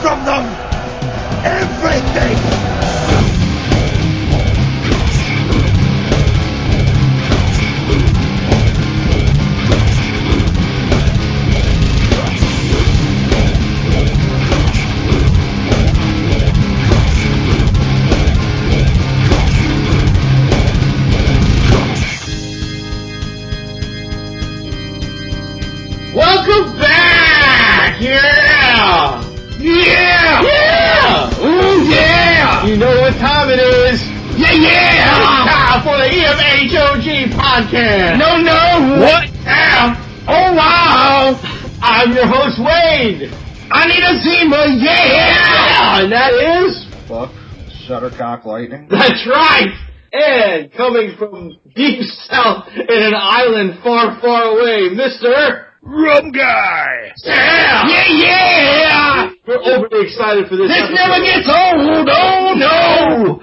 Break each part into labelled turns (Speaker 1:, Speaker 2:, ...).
Speaker 1: from them everything.
Speaker 2: Welcome back! Yeah!
Speaker 1: Yeah!
Speaker 2: Yeah! Ooh, yeah!
Speaker 1: You know what time it is?
Speaker 2: Yeah, yeah! It's time for the EMHOG podcast!
Speaker 1: No, no.
Speaker 2: What? Ow! Oh, wow!
Speaker 1: I'm your host Wade.
Speaker 2: I need a Zima, yeah!
Speaker 1: And that is
Speaker 3: Fuck. Shuttercock lightning.
Speaker 2: That's right!
Speaker 1: and coming from deep south in an island far, far away, Mister.
Speaker 3: Rum guy.
Speaker 2: Yeah! Yeah, yeah!
Speaker 1: We're overly excited for this.
Speaker 2: This
Speaker 1: episode.
Speaker 2: never gets old, oh no!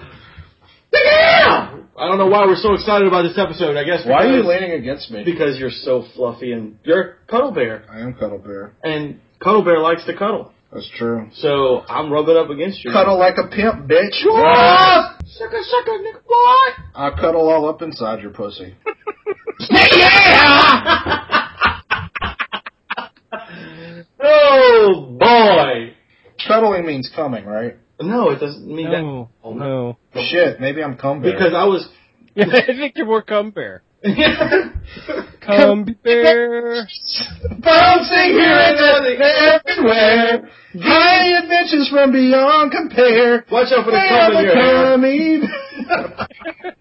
Speaker 2: Yeah!
Speaker 1: I don't know why we're so excited about this episode. I guess
Speaker 3: Why are you
Speaker 1: because-
Speaker 3: leaning against me?
Speaker 1: Because you're so fluffy and you're a cuddle bear,
Speaker 3: I am Cuddle Bear.
Speaker 1: and cuddle bear likes to cuddle.
Speaker 3: That's true.
Speaker 1: So I'm rubbing up against you.
Speaker 3: Cuddle like a pimp, bitch.
Speaker 1: Ah! Sucker, sucker, nigga, boy.
Speaker 3: I cuddle all up inside your pussy.
Speaker 2: Yeah, yeah!
Speaker 1: Oh boy!
Speaker 3: Cuddling means coming, right?
Speaker 1: No, it doesn't mean that.
Speaker 4: No,
Speaker 1: Oh,
Speaker 4: no.
Speaker 3: Shit, maybe I'm cum bear.
Speaker 1: Because I was.
Speaker 4: Yeah, I think you're more cum bear.
Speaker 1: Bouncing
Speaker 4: Cum bear.
Speaker 1: here and there, everywhere.
Speaker 3: High adventures from beyond compare.
Speaker 1: Watch out for the
Speaker 3: They
Speaker 1: cum
Speaker 3: are
Speaker 1: in
Speaker 3: the
Speaker 1: your hair.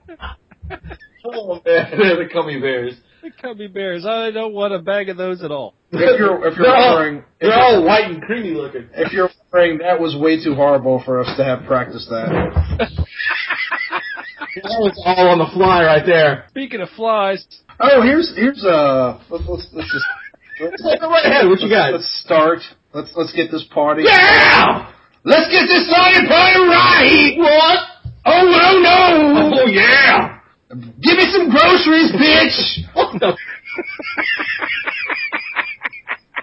Speaker 3: cum eve-
Speaker 1: Oh man, they're the cummy bears.
Speaker 4: The cummy bears. I don't want a bag of those at all.
Speaker 3: If you're if you're
Speaker 1: They're all-
Speaker 3: wondering if
Speaker 1: They're
Speaker 3: you're,
Speaker 1: all white and creamy looking.
Speaker 3: if you're wondering that was way too horrible for us to have practiced that.
Speaker 1: That was all on the fly right there.
Speaker 4: Speaking of flies,
Speaker 3: Oh, here's here's uh let's let's, let's just let's,
Speaker 1: Go right ahead, what you got?
Speaker 3: let's start. Let's let's get this party.
Speaker 2: Yeah! Let's get this started party right! What? Oh, no, no! Oh, yeah! Give me some groceries, bitch!
Speaker 1: What the?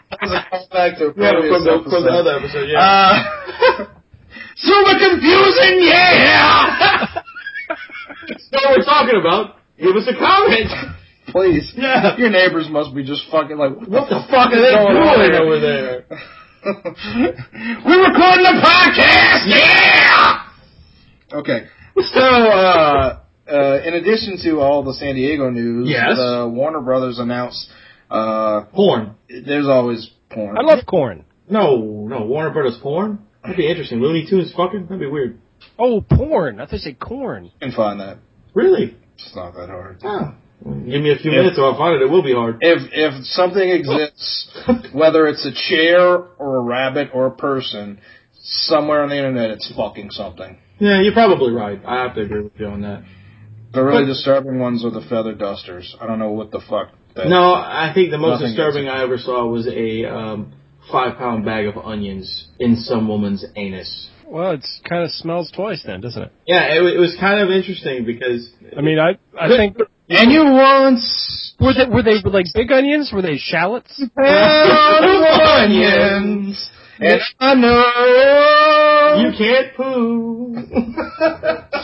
Speaker 3: That was a callback to a
Speaker 1: Yeah,
Speaker 3: previous
Speaker 1: from the, from the
Speaker 3: episode.
Speaker 1: other episode, yeah.
Speaker 3: Uh,
Speaker 2: Super confusing, yeah!
Speaker 1: so we're talking about. Give us a comment.
Speaker 3: please.
Speaker 1: Yeah.
Speaker 3: Your neighbors must be just fucking like,
Speaker 1: What the fuck are they
Speaker 3: Going on
Speaker 1: doing
Speaker 3: over
Speaker 1: over there?
Speaker 2: We're recording a podcast, yeah!
Speaker 3: okay. So, uh, uh, in addition to all the San Diego news,
Speaker 1: Yes.
Speaker 3: the Warner Brothers announced, uh,
Speaker 1: Porn.
Speaker 3: there's always porn.
Speaker 4: I love corn.
Speaker 1: No, no, Warner Brothers porn? That'd be interesting. Looney Tunes fucking? That'd be weird.
Speaker 4: Oh, porn. I thought you said corn.
Speaker 3: You can find that.
Speaker 1: Really?
Speaker 3: It's not that hard.
Speaker 1: Oh. Give me a few minutes or I'll find it. It will be hard.
Speaker 3: If, if something exists, whether it's a chair or a rabbit or a person, somewhere on the internet it's fucking something.
Speaker 1: yeah, you're probably right. I have to agree with you on that.
Speaker 3: The really
Speaker 1: But-
Speaker 3: disturbing ones are the feather dusters. I don't know what the fuck. That,
Speaker 1: No, I think the most
Speaker 3: Nothing
Speaker 1: disturbing I ever saw was a um, five pound bag of onions in some woman's anus.
Speaker 4: Well, it's kind of smells twice then, doesn't it?
Speaker 1: Yeah, it, wa- it was kind of interesting because
Speaker 4: I mean, I I think
Speaker 3: And you once
Speaker 4: were they were they like big onions? Were they shallots?
Speaker 3: had onions, and I
Speaker 1: you
Speaker 3: know.
Speaker 1: can't poo.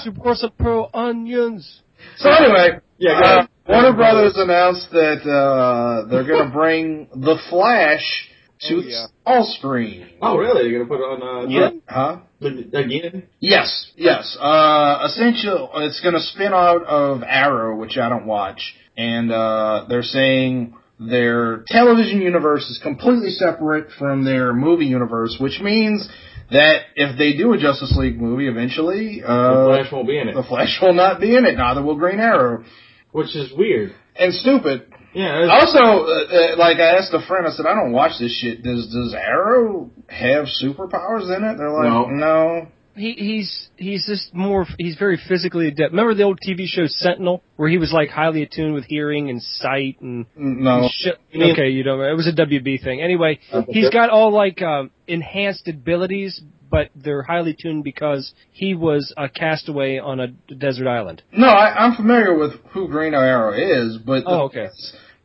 Speaker 4: Supercorsa Pro onions.
Speaker 3: So anyway,
Speaker 1: Yeah, go
Speaker 3: uh,
Speaker 1: ahead.
Speaker 3: Warner Brothers announced that uh, they're going to bring The Flash to
Speaker 4: Oh,
Speaker 3: the
Speaker 4: yeah.
Speaker 3: small screen.
Speaker 1: oh, really? You're gonna put it on? Uh,
Speaker 4: Yeah.
Speaker 3: Huh?
Speaker 1: but Again?
Speaker 3: Yes, yes. Uh, essential. It's going to spin out of Arrow, which I don't watch, and uh, they're saying their television universe is completely separate from their movie universe, which means that if they do a Justice League movie eventually,
Speaker 1: the
Speaker 3: uh,
Speaker 1: Flash won't be in
Speaker 3: the
Speaker 1: it,
Speaker 3: Flash will not be in it. Neither will Green Arrow.
Speaker 1: which is weird.
Speaker 3: And stupid.
Speaker 1: Yeah. that's-
Speaker 3: Also, uh, uh, like I asked a friend, I said, I don't watch this shit. Does Does Arrow have superpowers in it? They're
Speaker 1: No.
Speaker 3: like, no.
Speaker 4: He, he's he's just more he's very physically adept. Remember the old TV show Sentinel, where he was like highly attuned with hearing and sight and
Speaker 3: No.
Speaker 4: Shit.
Speaker 1: mean-
Speaker 4: Oh. Okay, you know, it was a WB thing. Anyway,
Speaker 1: Okay.
Speaker 4: he's got all like um, enhanced abilities, but they're highly tuned because he was a castaway on a desert island.
Speaker 3: No, I, I'm familiar with who Green Arrow is, but
Speaker 4: Oh, okay.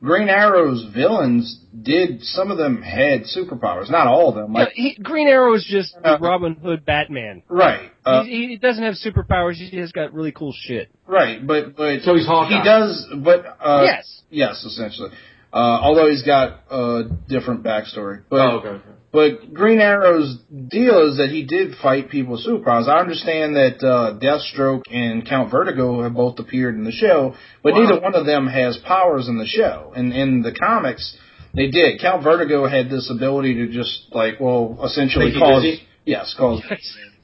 Speaker 3: Green Arrow's villains did some of them had superpowers, not all of them.
Speaker 4: No,
Speaker 3: Like
Speaker 4: he, Green Arrow is just the
Speaker 3: Uh,
Speaker 4: Robin Hood Batman.
Speaker 3: right, uh,
Speaker 4: he, he doesn't have superpowers. He just got really cool shit.
Speaker 3: right, but but
Speaker 1: So he's Hawkeye.
Speaker 3: he does, but uh,
Speaker 4: yes.
Speaker 3: yes, essentially. Uh, although he's got a different backstory, but
Speaker 1: Oh, okay. okay.
Speaker 3: But Green Arrow's deal is that he did fight people with superpowers. I understand that uh, Deathstroke and Count Vertigo have both appeared in the show, but
Speaker 1: Wow.
Speaker 3: neither one of them has powers in the show. And in the comics, they did. Count Vertigo had this ability to just like, well, essentially
Speaker 1: Make you
Speaker 3: cause
Speaker 1: dizzy?
Speaker 3: yes, cause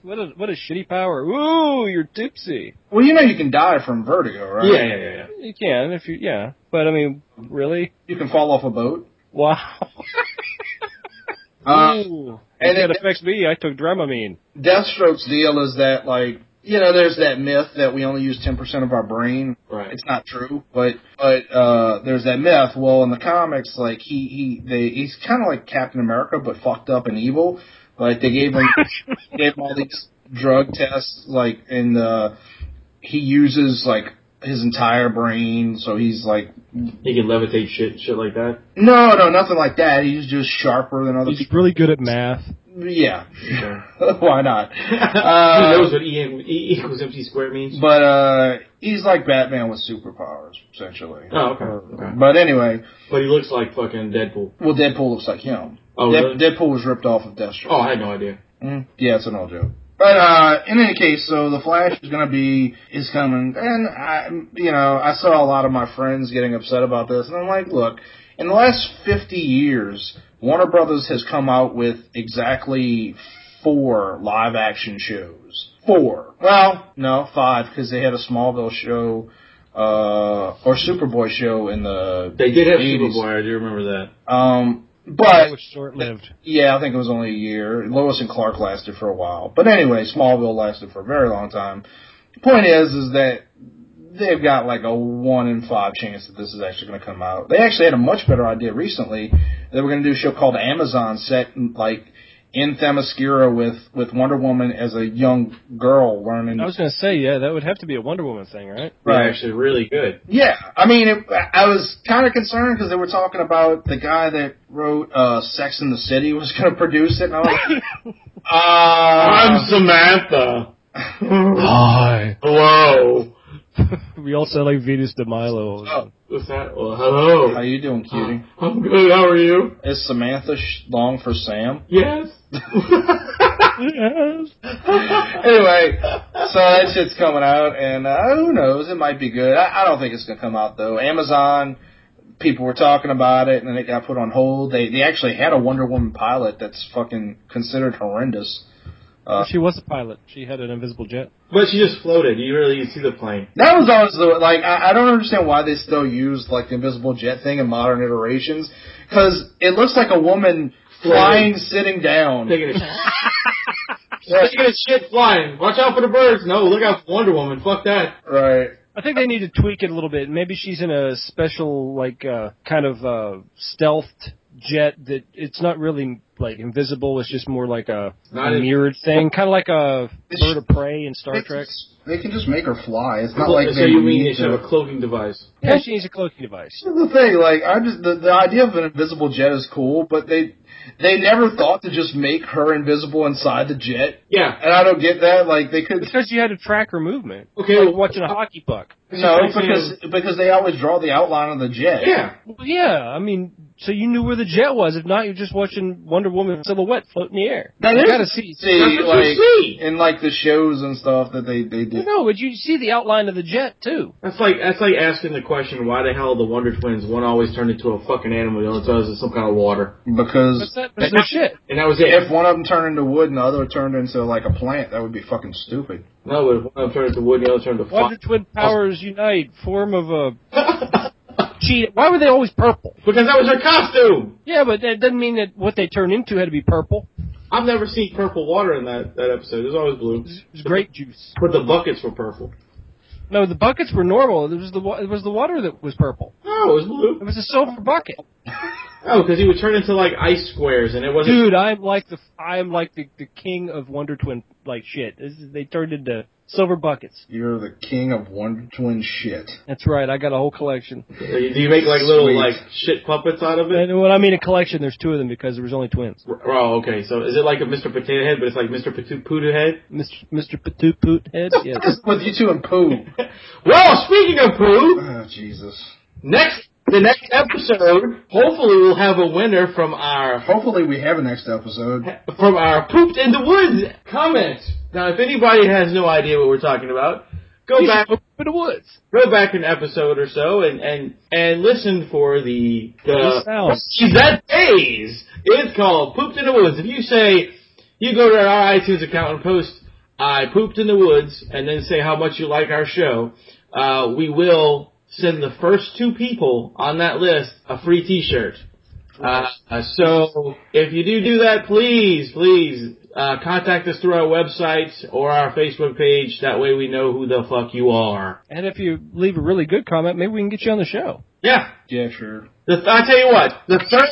Speaker 4: what a what a shitty power. Ooh, you're tipsy.
Speaker 3: well, you know, you can die from vertigo, right?
Speaker 1: Yeah, yeah, yeah, yeah.
Speaker 4: You can if you yeah, but I mean, really?
Speaker 3: You can fall off a boat.
Speaker 4: Wow.
Speaker 3: Uh,
Speaker 4: Ooh,
Speaker 3: and
Speaker 4: and that
Speaker 3: it-
Speaker 4: affects me. I took Dramamine.
Speaker 3: Deathstroke's deal is that like, you know, there's that myth that we only use ten percent of our brain.
Speaker 1: Right.
Speaker 3: it's not true, but but uh, there's that myth. Well, in the comics, like he he they he's kind of like Captain America, but fucked up and evil. Like they gave him gave him all these drug tests, like and uh, he uses like his entire brain, so he's like
Speaker 1: He can levitate shit, shit like that.
Speaker 3: no no nothing like that. He's just sharper than other
Speaker 4: He's really good at math.
Speaker 3: people. Yeah,
Speaker 1: Okay.
Speaker 3: why not?
Speaker 1: Who
Speaker 3: Uh,
Speaker 1: knows what E, e equals MC squared means?
Speaker 3: but uh, he's like Batman with superpowers, essentially.
Speaker 1: Oh, okay. okay.
Speaker 3: But anyway,
Speaker 1: But he looks like fucking Deadpool.
Speaker 3: well, Deadpool looks like him.
Speaker 1: Oh,
Speaker 3: Dead-
Speaker 1: really?
Speaker 3: Deadpool was ripped off of Deathstroke.
Speaker 1: Oh, I had no idea.
Speaker 3: Mm, yeah, it's an old joke. But uh, in any case, so the Flash is gonna be is coming, and I, you know, I saw a lot of my friends getting upset about this, and I'm like, look, in the last 50 years, Warner Brothers has come out with exactly four live action shows. Four. Well, no, five because they had a Smallville show uh, or Superboy show in the
Speaker 1: They did have
Speaker 3: 80s.
Speaker 1: Superboy. I do remember that.
Speaker 3: um,
Speaker 4: That
Speaker 3: but
Speaker 4: was short lived.
Speaker 3: yeah, I think it was only a year. Lois and Clark lasted for a while, but anyway, Smallville lasted for a very long time. The point is, is that they've got like a one in five chance that this is actually going to come out. They actually had a much better idea recently. They were going to do a show called Amazon, set in, like in Themyscira with with Wonder Woman as a young girl learning.
Speaker 4: I was gonna say yeah, that would have to be a Wonder Woman thing, right?
Speaker 1: They're
Speaker 3: Right.
Speaker 1: actually really good.
Speaker 3: Yeah, I mean, it, I was kind of concerned because they were talking about the guy that wrote uh, Sex in the City was going to produce it, and I was like, uh,
Speaker 1: Uh, Samantha.
Speaker 4: Hi.
Speaker 1: Hello.
Speaker 4: we all sound like Venus de Milo.
Speaker 3: Oh.
Speaker 1: What's that? Well, hello.
Speaker 3: How you doing, cutie?
Speaker 1: I'm good. How are you?
Speaker 3: Is Samantha sh- long for Sam?
Speaker 1: Yes.
Speaker 4: Yes.
Speaker 3: anyway, so that shit's coming out, and uh, who knows? It might be good. I, I don't think it's gonna come out though. Amazon people were talking about it, and then it got put on hold. They they actually had a Wonder Woman pilot that's fucking considered horrendous. Uh,
Speaker 4: She was a pilot. She had an invisible jet.
Speaker 1: but she just floated. You really didn't see the plane.
Speaker 3: That was always the like I, I don't understand why they still use like the invisible jet thing in modern iterations because it looks like a woman flying sitting down.
Speaker 1: Taking a shit. Taking a shit flying. Watch out for the birds. No, look out for Wonder Woman. Fuck that.
Speaker 3: Right.
Speaker 4: I think they need to tweak it a little bit. Maybe she's in a special, like, uh, kind of uh, stealthed jet that it's not really like invisible. It's just more like a,
Speaker 1: Not
Speaker 4: a
Speaker 1: in-
Speaker 4: mirrored thing, kind of like a
Speaker 3: It's-
Speaker 4: bird of prey in Star
Speaker 3: They
Speaker 4: Trek.
Speaker 3: can- They can just make her fly. It's not like
Speaker 1: so
Speaker 3: they
Speaker 1: you mean
Speaker 3: need
Speaker 1: they should have
Speaker 3: to-
Speaker 1: a cloaking device?
Speaker 4: Yeah, she needs a cloaking device.
Speaker 3: This is the thing. Like I just the, the idea of an invisible jet is cool, but they they never thought to just make her invisible inside the jet.
Speaker 1: Yeah.
Speaker 3: And I don't get that. Like they could
Speaker 4: Because you had to track her movement.
Speaker 1: Okay.
Speaker 4: Like watching a hockey puck.
Speaker 3: no
Speaker 1: It's like
Speaker 3: because because they always draw the outline of the jet.
Speaker 1: Yeah.
Speaker 4: Well, yeah, I mean, so you knew where the jet was. If not, you're just watching Wonder Woman silhouette float in the air.
Speaker 3: That
Speaker 4: you
Speaker 3: is-
Speaker 4: gotta see.
Speaker 3: See
Speaker 1: That's what you
Speaker 3: like
Speaker 1: see.
Speaker 3: in like the shows and stuff that they they do.
Speaker 4: No, but you see the outline of the jet too.
Speaker 1: That's like that's like asking the question why the hell the Wonder Twins one always turned into a fucking animal, the other turns into some kind of water,
Speaker 4: That's
Speaker 3: Because
Speaker 4: that. That's their shit.
Speaker 1: and that was it.
Speaker 3: if one of them turned into wood and the other turned into like a plant, that would be fucking stupid.
Speaker 1: no, if one of them turned into wood, the other turned into
Speaker 4: Wonder
Speaker 1: fire.
Speaker 4: Twin powers unite, form of a cheat. Why were they always purple?
Speaker 1: Because that was their costume.
Speaker 4: Yeah, but that doesn't mean that what they turned into had to be purple.
Speaker 1: I've never seen purple water in that that episode. It was always blue.
Speaker 4: It was grape juice.
Speaker 1: But the buckets were purple.
Speaker 4: No, the buckets were normal. It was the wa- it was the water that was purple.
Speaker 1: No, it was
Speaker 4: It
Speaker 1: blue.
Speaker 4: was a silver bucket.
Speaker 1: Oh, because he would turn into like ice squares, and it wasn't.
Speaker 4: Dude, I'm like the I'm like the, the king of Wonder Twin like shit. This is, they turned into silver buckets.
Speaker 3: You're the king of one twin shit.
Speaker 4: That's right. I got a whole collection.
Speaker 1: Do you make like little
Speaker 3: Sweet.
Speaker 1: like shit puppets out of it?
Speaker 4: And when I mean a collection, there's two of them because there was only twins.
Speaker 1: Oh, okay. So is it like a Mr. Potato Head, but it's like Mr. Potato Poodoo Head?
Speaker 4: Mr. Mr. Patoot Poot Head. Yes.
Speaker 3: With you two and poo.
Speaker 1: Well, speaking of poo,
Speaker 3: Oh, Jesus.
Speaker 1: next the next episode, hopefully we'll have a winner from our
Speaker 3: Hopefully we have a next episode.
Speaker 1: from our pooped in the woods comment. Now, if anybody has no idea what we're talking about, go back
Speaker 4: Open the woods.
Speaker 1: go back an episode or so and and and listen for the the
Speaker 4: Those sounds.
Speaker 1: that days. It's called pooped in the woods. If you say you go to our iTunes account and post I pooped in the woods and then say how much you like our show, uh, we will send the first two people on that list a free T-shirt. Uh, uh, so if you do do that, please, please uh, contact us through our website or our Facebook page. That way we know who the fuck you are.
Speaker 4: And if you leave a really good comment, maybe we can get you on the show.
Speaker 1: Yeah.
Speaker 3: Yeah, sure.
Speaker 1: The I tell you what, the third,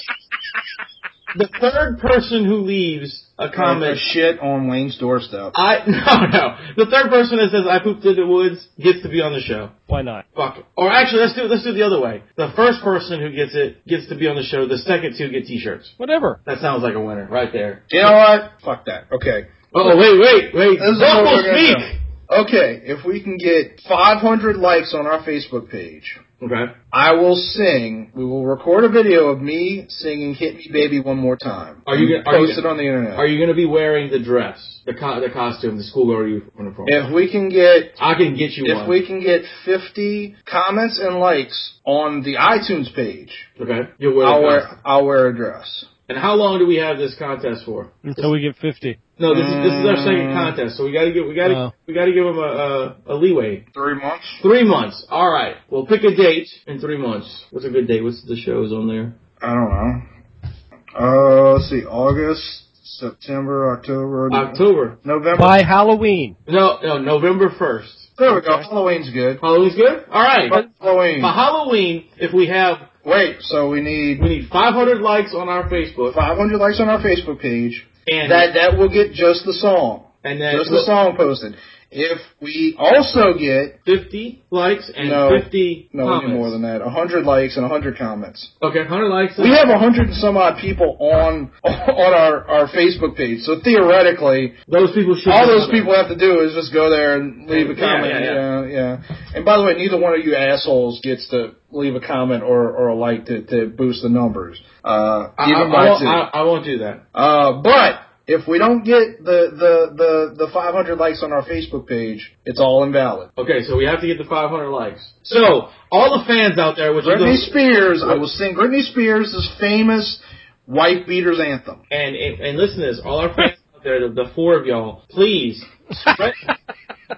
Speaker 1: the third person who leaves a
Speaker 3: Comment
Speaker 1: comment,
Speaker 3: shit on Wayne's doorstep.
Speaker 1: I no no, the third person that says I pooped in the woods gets to be on the show.
Speaker 4: Why not?
Speaker 1: Fuck. it. Or actually, let's do let's do it the other way. The first person who gets it gets to be on the show. The second two get T-shirts.
Speaker 4: Whatever.
Speaker 1: That sounds like a winner right there.
Speaker 3: You know what? Fuck that. Okay.
Speaker 1: Oh wait wait wait,
Speaker 3: This is
Speaker 1: vocal
Speaker 3: what we're gonna
Speaker 1: speak.
Speaker 3: Okay, if we can get 500 likes on our Facebook page,
Speaker 1: Okay.
Speaker 3: I will sing. We will record a video of me singing "Hit Me, Baby, One More Time."
Speaker 1: Are you gonna- are you
Speaker 3: post it on the internet?
Speaker 1: Are you going to be wearing the dress, the co- the costume, the schoolgirl uniform?
Speaker 3: if we can get
Speaker 1: I can get you
Speaker 3: if
Speaker 1: one.
Speaker 3: we can get 50 comments and likes on the iTunes page,
Speaker 1: okay. You'll wear. the
Speaker 3: I'll
Speaker 1: costume.
Speaker 3: wear I'll wear a dress.
Speaker 1: And how long do we have this contest for?
Speaker 4: Until we get 50.
Speaker 1: No, this is this is our second contest, so we gotta give we gotta
Speaker 4: Oh.
Speaker 1: we gotta give them a, a a leeway.
Speaker 3: Three months.
Speaker 1: Three months. All right. We'll pick a date in three months. What's a good date? What's the shows on there?
Speaker 3: I don't know. Uh, let's see, August, September, October,
Speaker 1: October.
Speaker 3: November.
Speaker 4: By Halloween.
Speaker 1: No, no, November first.
Speaker 3: There we go. Halloween's good.
Speaker 1: Halloween's good. All right.
Speaker 3: Halloween.
Speaker 1: By Halloween, if we have
Speaker 3: Wait, so we need
Speaker 1: we need 500 likes on our Facebook
Speaker 3: 500 likes on our Facebook page.
Speaker 1: and
Speaker 3: That that will get just the song,
Speaker 1: and then
Speaker 3: just the song posted. If we also get
Speaker 1: 50 likes and
Speaker 3: No.
Speaker 1: 50
Speaker 3: no we
Speaker 1: comments.
Speaker 3: need more than that, 100 likes and 100 comments.
Speaker 1: okay, 100 likes.
Speaker 3: We have 100 and some odd people on on our our Facebook page. So theoretically,
Speaker 1: those people should
Speaker 3: all
Speaker 1: be
Speaker 3: those
Speaker 1: on there.
Speaker 3: people have to do is just go there and leave a
Speaker 1: Yeah,
Speaker 3: comment.
Speaker 1: yeah,
Speaker 3: Yeah, yeah. And by the way, neither one of you assholes gets to leave a comment or or a like to to boost the numbers. Uh,
Speaker 1: I, I, I
Speaker 3: even by
Speaker 1: won't,
Speaker 3: two.
Speaker 1: I, I won't do that.
Speaker 3: Uh, but if we don't get the, the, the, the 500 likes on our Facebook page, it's all invalid.
Speaker 1: Okay, so we have to get the 500 likes. So, all the fans out there, which are
Speaker 3: Britney
Speaker 1: those,
Speaker 3: Spears, I will sing Britney Spears' famous Wife Beaters anthem.
Speaker 1: and, and and listen to this, all our fans out there, the, the four of y'all, please spread,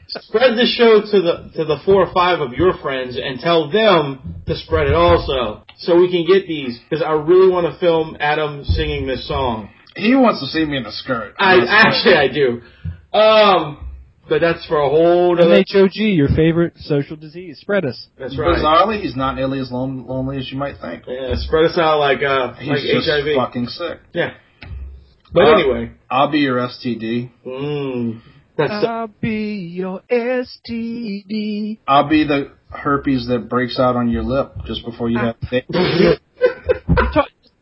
Speaker 1: spread the show to the to the four or five of your friends and tell them to spread it also, so we can get these. Because I really want to film Adam singing this song.
Speaker 3: He wants to see me in a skirt.
Speaker 1: I actually I do, um, but that's for a whole other.
Speaker 4: MHOG, your favorite social disease. Spread us.
Speaker 1: That's right.
Speaker 3: Bizarrely, he's not nearly as lon- lonely as you might think.
Speaker 1: Yeah, spread us out like uh
Speaker 3: He's
Speaker 1: like
Speaker 3: just
Speaker 1: HIV.
Speaker 3: fucking sick.
Speaker 1: Yeah. But
Speaker 3: Uh,
Speaker 1: anyway.
Speaker 3: I'll be your STD.
Speaker 1: Mm, that's
Speaker 4: I'll be Uh, your STD.
Speaker 3: I'll be the herpes that breaks out on your lip just before you have sex.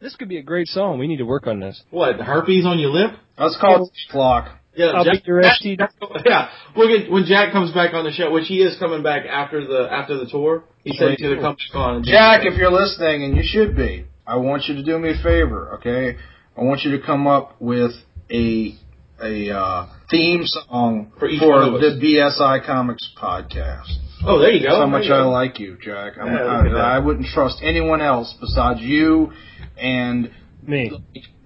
Speaker 4: This could be a great song. We need to work on this.
Speaker 1: what herpes on your lip.
Speaker 3: That's called flock.
Speaker 1: Yeah,
Speaker 4: I'll
Speaker 1: Jack-
Speaker 4: beat your STD.
Speaker 1: yeah. We'll get when Jack comes back on the show, which he is coming back after the after the tour. He said he's gonna come back on.
Speaker 3: Jack, if you're listening, and you should be, I want you to do me a favor, okay? I want you to come up with a a uh, theme song
Speaker 1: For each one of us.
Speaker 3: the BSI Comics podcast.
Speaker 1: oh, there you go.
Speaker 3: That's how much
Speaker 1: There you
Speaker 3: I
Speaker 1: go.
Speaker 3: like you, Jack. I'm,
Speaker 1: Yeah, look at that.
Speaker 3: I, I wouldn't trust anyone else besides you and
Speaker 4: Me.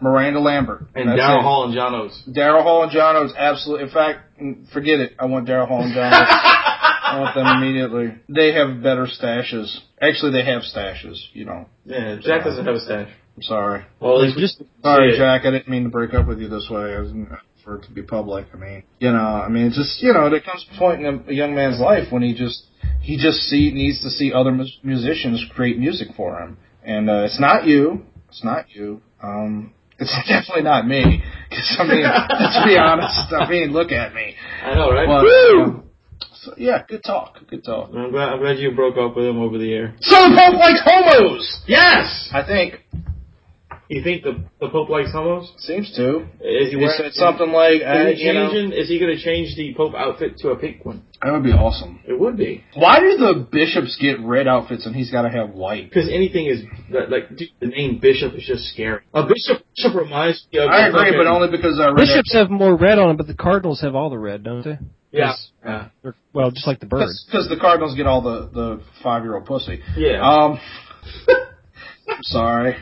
Speaker 3: Miranda Lambert.
Speaker 1: And
Speaker 3: That's
Speaker 1: Daryl
Speaker 3: it.
Speaker 1: Hall and John Oates.
Speaker 3: Daryl Hall and John Oates, absolutely. In fact, mm, forget it. I want Daryl Hall and John Oates. I want them immediately. They have better stashes. Actually, they have stashes, you know.
Speaker 1: Yeah,
Speaker 3: uh,
Speaker 1: Jack doesn't have a stash.
Speaker 3: I'm sorry.
Speaker 1: Well,
Speaker 4: There's
Speaker 1: at least
Speaker 4: just
Speaker 3: Sorry,
Speaker 1: Yeah.
Speaker 3: Jack. I didn't mean to break up with you this way. I didn't for it to be public. I mean, you know, I mean, it's just you know, there comes a point in a young man's life when he just he just see needs to see other mus- musicians create music for him, and uh, it's not you. It's not you. Um, it's definitely not me. 'Cause, I mean, let's be honest. I mean, look at me.
Speaker 1: I know, right?
Speaker 3: But, um,
Speaker 1: Woo!
Speaker 3: So, yeah, good talk. Good talk.
Speaker 1: I'm glad, I'm glad you broke up with him over the air.
Speaker 2: So the Pope likes homos.
Speaker 3: Yes, I think
Speaker 1: You think the the Pope likes homos?
Speaker 3: seems to.
Speaker 1: Is he
Speaker 3: He
Speaker 1: wearing
Speaker 3: said something like, uh,
Speaker 1: Is he
Speaker 3: you know,
Speaker 1: changing? Is he going to change the Pope outfit to a pink one?
Speaker 3: that would be awesome.
Speaker 1: It would be.
Speaker 3: Why do the bishops get red outfits and he's got to have white?
Speaker 1: Because anything is like, like dude, the name bishop is just scary. A bishop, bishop reminds me of.
Speaker 3: I agree,
Speaker 1: fucking-
Speaker 3: but only because I read
Speaker 4: Bishops have more red on them, but the cardinals have all the red, don't they?
Speaker 1: Yeah,
Speaker 4: Yes.
Speaker 1: yeah,
Speaker 4: They're- well, just like the bird.
Speaker 3: because the Cardinals get all the the five year old pussy.
Speaker 1: yeah.
Speaker 3: Um, I'm sorry.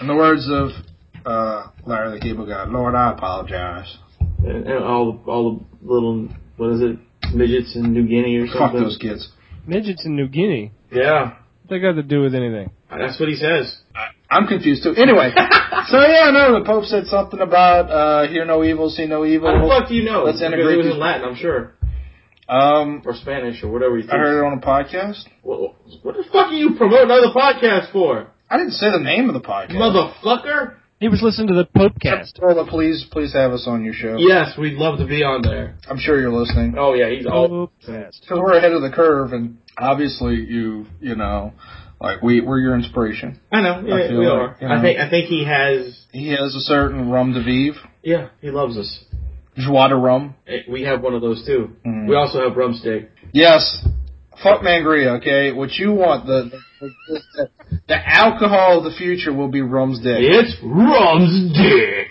Speaker 3: In the words of uh, Larry the Cable Guy, Lord, I apologize.
Speaker 1: and, and all all the little what is it midgets in New Guinea or
Speaker 3: Fuck
Speaker 1: something.
Speaker 3: those kids.
Speaker 4: Midgets in New Guinea.
Speaker 1: Yeah,
Speaker 4: What they got to do with anything?
Speaker 1: that's what he says.
Speaker 3: I'm confused too. Anyway, so yeah, no, the Pope said something about uh, hear no evil, see no
Speaker 1: How the
Speaker 3: evil.
Speaker 1: fuck do you know?
Speaker 3: let's
Speaker 1: Because
Speaker 3: integrate
Speaker 1: it was
Speaker 3: these-
Speaker 1: in Latin, I'm sure,
Speaker 3: Um,
Speaker 1: or Spanish or whatever you
Speaker 3: I
Speaker 1: think.
Speaker 3: heard it on a podcast.
Speaker 1: What, what the fuck are you promoting other podcasts for,
Speaker 3: I didn't say the name of the podcast.
Speaker 1: motherfucker?
Speaker 4: He was listening to the Popecast.
Speaker 3: Well, then please, please have us on your show.
Speaker 1: Yes, we'd love to be on there.
Speaker 3: I'm sure you're listening.
Speaker 1: Oh yeah, he's all.
Speaker 4: Popecast.
Speaker 3: because we're ahead of the curve, and obviously you you know, like we we're your inspiration.
Speaker 1: I know. Yeah,
Speaker 3: I feel
Speaker 1: we
Speaker 3: like,
Speaker 1: are.
Speaker 3: you
Speaker 1: I
Speaker 3: know.
Speaker 1: think. I think he has.
Speaker 3: He has a certain rum de vive,
Speaker 1: Yeah, he loves us.
Speaker 3: joie de rum.
Speaker 1: Eh, We have one of those too.
Speaker 3: Mm.
Speaker 1: We also have rumsteak.
Speaker 3: Yes, fuck mangria. Okay, what you want the the, the, the, alcohol of the future will be rum's dick.
Speaker 1: It's rum's dick.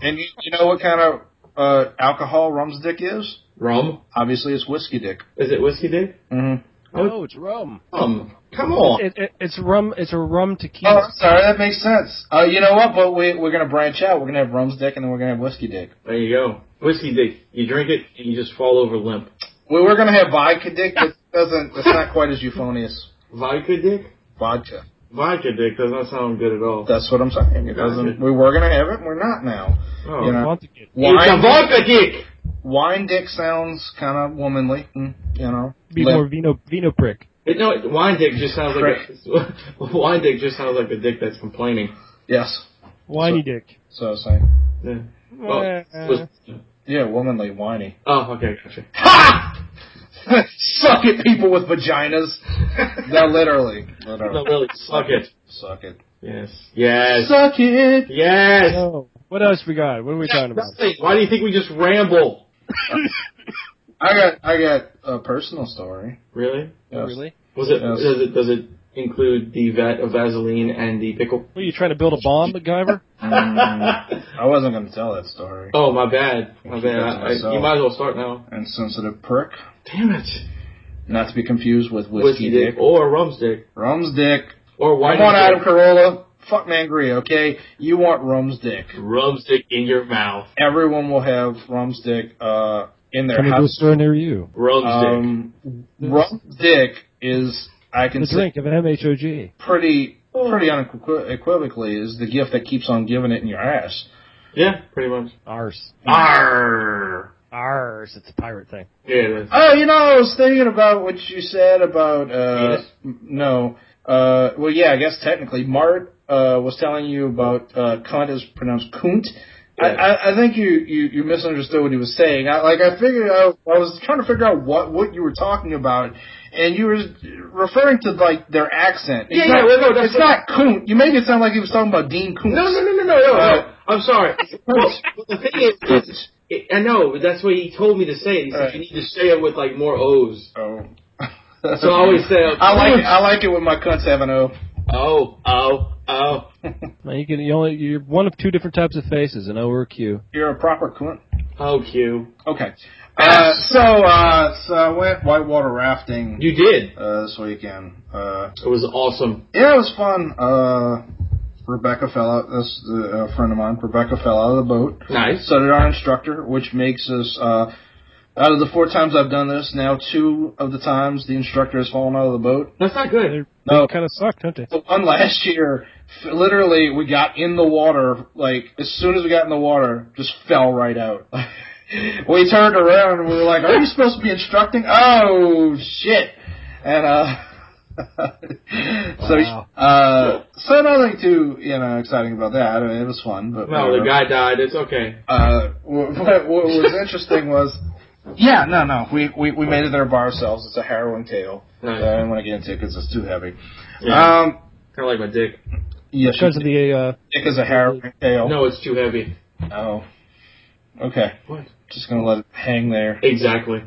Speaker 3: And you, you know what kind of uh, alcohol rum's dick is?
Speaker 1: Rum?
Speaker 3: Obviously, it's whiskey dick.
Speaker 1: Is it whiskey dick?
Speaker 3: Mm-hmm.
Speaker 4: Oh, it's rum.
Speaker 1: Um, come on.
Speaker 4: It, it, it's rum. It's a rum
Speaker 3: Oh,
Speaker 4: tequila.
Speaker 3: I'm sorry, that makes sense. Uh, you know what? But we we're gonna branch out. We're gonna have rum's dick, and then we're gonna have whiskey dick.
Speaker 1: There you go. Whiskey dick. You drink it and you just fall over limp.
Speaker 3: We were gonna have vodka dick, but it doesn't. It's not quite as euphonious.
Speaker 1: Vodka dick?
Speaker 3: Vodka.
Speaker 1: Vodka dick does not sound good at all.
Speaker 3: That's what I'm saying. It doesn't. We were gonna have it. and We're not now.
Speaker 1: Oh.
Speaker 3: You know,
Speaker 4: Montague.
Speaker 1: It's a
Speaker 3: Wine,
Speaker 1: vodka dick.
Speaker 3: wine dick sounds kind of womanly. mm, You know.
Speaker 4: Be
Speaker 3: Lip.
Speaker 4: more vino vino prick.
Speaker 1: It, no, wine dick just sounds like a, wine dick just sounds like a dick that's complaining.
Speaker 3: Yes.
Speaker 4: Whiny dick.
Speaker 3: So saying.
Speaker 1: Yeah. Oh,
Speaker 4: Uh,
Speaker 1: was-
Speaker 3: Yeah, womanly, whiny.
Speaker 1: oh, okay, gotcha.
Speaker 3: Ha! Suck it, people with vaginas. no, literally.
Speaker 1: No,
Speaker 3: Literally.
Speaker 1: really, suck it.
Speaker 3: Suck it.
Speaker 1: Yes. Yes.
Speaker 3: Suck it.
Speaker 1: Yes.
Speaker 4: oh, what else we got? What are we talking about?
Speaker 1: Nothing. Why do you think we just ramble?
Speaker 3: I got. I got a personal story.
Speaker 1: Really?
Speaker 4: Oh,
Speaker 3: Yes.
Speaker 4: Really?
Speaker 1: Was it?
Speaker 3: Yes.
Speaker 1: Does it? Does it include the vat of Vaseline and the pickle?
Speaker 4: What are you trying to build a bomb, MacGyver?
Speaker 3: Mm, I wasn't gonna tell that story.
Speaker 1: Um, oh, my bad. My
Speaker 3: Keep
Speaker 1: bad.
Speaker 3: that to
Speaker 1: I, I,
Speaker 3: myself.
Speaker 1: you might as well start now.
Speaker 3: Insensitive prick.
Speaker 1: Damn it.
Speaker 3: Not to be confused with
Speaker 1: Whiskey
Speaker 3: whiskey,
Speaker 1: dick
Speaker 3: dick.
Speaker 1: or rum's dick
Speaker 3: Rum's dick.
Speaker 1: or
Speaker 3: I
Speaker 1: wine
Speaker 3: want Adam
Speaker 1: dick.
Speaker 3: Carolla. Fuck Mangria, okay? You want Rum's dick.
Speaker 1: Rum's dick in your mouth.
Speaker 3: Everyone will have Rum's dick uh, in their
Speaker 4: Coming to a
Speaker 3: house.
Speaker 4: store near you.
Speaker 1: Rum's dick.
Speaker 3: Um, Rum's dick is, I can
Speaker 4: The
Speaker 3: say
Speaker 4: drink of an MHOG.
Speaker 3: pretty, pretty unequivocally, is the gift that keeps on giving it in your ass.
Speaker 1: Yeah, pretty much.
Speaker 4: Arse.
Speaker 1: Arr.
Speaker 4: Arse. It's a pirate thing.
Speaker 1: Yeah, it is.
Speaker 3: Oh, you know, I was thinking about what you said about, uh,
Speaker 1: Penis?
Speaker 3: m- no, uh, well, yeah, I guess technically, Mart, uh, was telling you about, uh, cunt is pronounced kunt. I,
Speaker 1: Yeah.
Speaker 3: I, I think you, you, you misunderstood what he was saying. I, like, I figured, I, I was trying to figure out what, what you were talking about, and you were referring to, like, their accent.
Speaker 1: Yeah,
Speaker 3: It's
Speaker 1: yeah,
Speaker 3: not,
Speaker 1: well, no, that's
Speaker 3: It's not kunt. You made it sound like he was talking about Dean Kunt.
Speaker 1: No, no, no, no, no, no. no. I'm sorry. Oh. Well, the thing is,
Speaker 3: Kunt.
Speaker 1: it, I know but that's what he told me to say. it. He said
Speaker 3: Alright.
Speaker 1: you need to say it with like more O's.
Speaker 3: Oh.
Speaker 1: So I always say,
Speaker 3: I like, it- I like it when my cunts have an O.
Speaker 1: oh, oh, oh.
Speaker 4: Now you can you only you're one of two different types of faces, an O or a Q.
Speaker 3: You're a proper cunt.
Speaker 1: How cute.
Speaker 3: Okay. Uh, so, uh, so I went whitewater rafting
Speaker 1: You did.
Speaker 3: uh, this weekend. Uh,
Speaker 1: It was awesome.
Speaker 3: yeah, it was fun. Uh, Rebecca fell out. That's uh, a friend of mine. Rebecca fell out of the boat.
Speaker 1: Nice.
Speaker 3: So did our instructor, which makes us. Uh, out of the four times I've done this, now two of the times the instructor has fallen out of the boat.
Speaker 1: That's not good.
Speaker 3: No,
Speaker 4: Kind of sucked, don't they?
Speaker 3: The one last year, f- literally, we got in the water. Like as soon as we got in the water, just fell right out. we turned around and we were like, "Are you supposed to be instructing?" Oh shit! And uh, so
Speaker 4: Wow.
Speaker 3: uh, so nothing too you know exciting about that. I mean, it was fun, but
Speaker 1: No,
Speaker 3: whatever.
Speaker 1: the guy died. It's okay.
Speaker 3: Uh, what, what was interesting was Yeah, no, no. We, we, we made it there by ourselves. It's a harrowing tale.
Speaker 1: Nice.
Speaker 3: that I didn't want to get into because it's too heavy.
Speaker 1: Yeah.
Speaker 3: Um,
Speaker 1: kind of like my dick.
Speaker 3: yeah, she
Speaker 4: Because of the uh,
Speaker 3: dick is a harrowing tale.
Speaker 1: No, it's too heavy.
Speaker 3: Oh. Okay.
Speaker 1: What?
Speaker 3: Just gonna let it hang there.
Speaker 1: Exactly.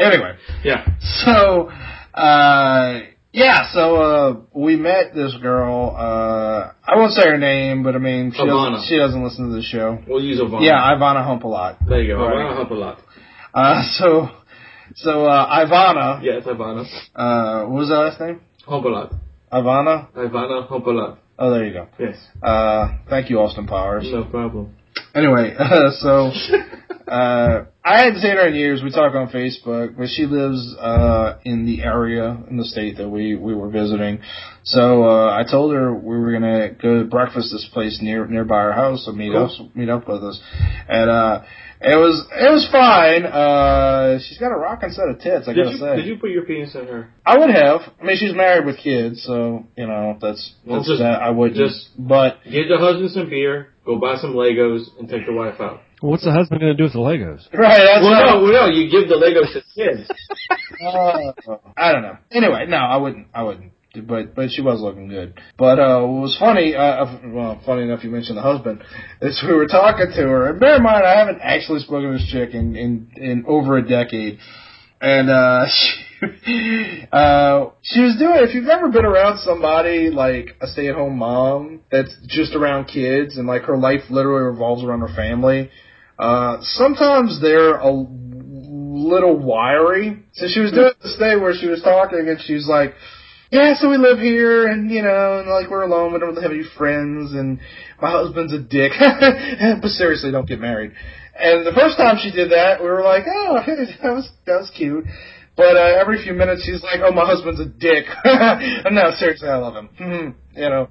Speaker 3: Anyway,
Speaker 1: Yeah.
Speaker 3: so uh yeah, so uh we met this girl, uh I won't say her name, but I mean she doesn't,
Speaker 1: Ivana.
Speaker 3: she doesn't listen to the show.
Speaker 1: We'll use Ivana.
Speaker 3: Yeah, Ivana Hump a lot.
Speaker 1: There you go.
Speaker 3: Right.
Speaker 1: Ivana hump a lot.
Speaker 3: Uh so so uh Ivana
Speaker 1: Yeah, it's Ivana.
Speaker 3: uh what was that last name?
Speaker 1: Hump a lot.
Speaker 3: Ivana?
Speaker 1: Ivana hump a lot.
Speaker 3: Oh there you go.
Speaker 1: Yes.
Speaker 3: Uh thank you, Austin Powers.
Speaker 1: No problem.
Speaker 3: Anyway, uh, so uh, I hadn't seen her in years. We talk on Facebook, but she lives uh, in the area in the state that we we were visiting. So uh, I told her we were gonna go to breakfast at this place near nearby our house, so meet
Speaker 1: Cool.
Speaker 3: us meet up with us, and uh, it was it was fine. Uh, she's got a rocking set of tits, I
Speaker 1: did
Speaker 3: gotta
Speaker 1: you
Speaker 3: say.
Speaker 1: did you put your penis in her?
Speaker 3: I would have. I mean, she's married with kids, so you know that's,
Speaker 1: Well,
Speaker 3: that's
Speaker 1: just-
Speaker 3: that I wouldn't.
Speaker 1: just-
Speaker 3: but
Speaker 1: Get the husband some beer. Go buy some Legos and take the wife out.
Speaker 4: what's the husband going to do with the Legos?
Speaker 3: right, that's what-
Speaker 1: Well, no, well, no. You give the Legos to kids.
Speaker 3: Uh, I don't know. Anyway, no, I wouldn't. I wouldn't. But but she was looking good. But uh, what was funny? Uh, uh, well, funny enough, you mentioned the husband. Is we were talking to her, and bear in mind, I haven't actually spoken to this chick in in, in over a decade, and uh, she, uh, she was doing. If you've ever been around somebody like a stay at home mom that's just around kids, and like her life literally revolves around her family, uh, sometimes they're a little wiry. So she was doing this thing where she was talking and she was like, yeah, so we live here and, you know, and like we're alone, we don't really have any friends and my husband's a dick. but seriously, don't get married. And the first time she did that, we were like, oh, that was, that was cute. But uh, every few minutes she's like, oh, my husband's a dick. no, seriously, I love him. Hmm, you know.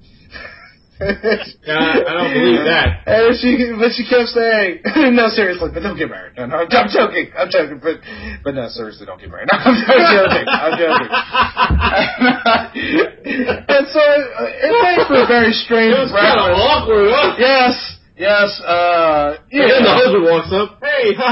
Speaker 1: I don't believe that.
Speaker 3: And she, but she kept saying, "No, seriously, but don't get married." No, no, I'm, I'm joking. I'm joking, but but no, seriously, don't get married. No, I'm, joking. I'm joking. and so uh, it made for a very strange
Speaker 1: It was kind of
Speaker 3: breakfast.
Speaker 1: awkward. Huh?
Speaker 3: Yes, yes, uh,
Speaker 1: And then the
Speaker 3: yeah,
Speaker 1: husband walks up. Hey, ha.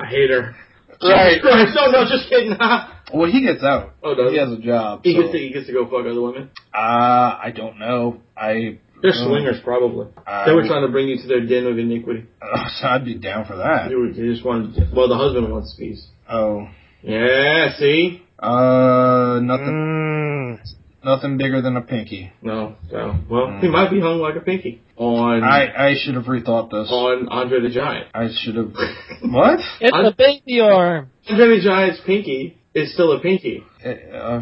Speaker 1: I hate her.
Speaker 3: right.
Speaker 1: Christ, no, no, just kidding. Ha.
Speaker 3: Well, he gets out.
Speaker 1: Oh, does he?
Speaker 3: He has a job.
Speaker 1: He
Speaker 3: so,
Speaker 1: gets to he gets to go fuck other women.
Speaker 3: uh, I don't know. I
Speaker 1: They're
Speaker 3: Oh.
Speaker 1: swingers, probably.
Speaker 3: I
Speaker 1: They were
Speaker 3: would-
Speaker 1: trying to bring you to their den of iniquity.
Speaker 3: I'd be down for that.
Speaker 1: They, were, they just wanted. Well, the husband wants peace.
Speaker 3: Oh,
Speaker 1: Yeah. See.
Speaker 3: uh, nothing,
Speaker 4: Mm.
Speaker 3: nothing bigger than a pinky.
Speaker 1: No. So. Well, he
Speaker 3: Mm.
Speaker 1: might be hung like a pinky on
Speaker 3: I, I should have rethought this.
Speaker 1: on Andre the Giant.
Speaker 3: I should have. What?
Speaker 4: It's
Speaker 1: a
Speaker 4: baby arm.
Speaker 1: Andre the Giant's pinky is still a pinky,
Speaker 3: Uh,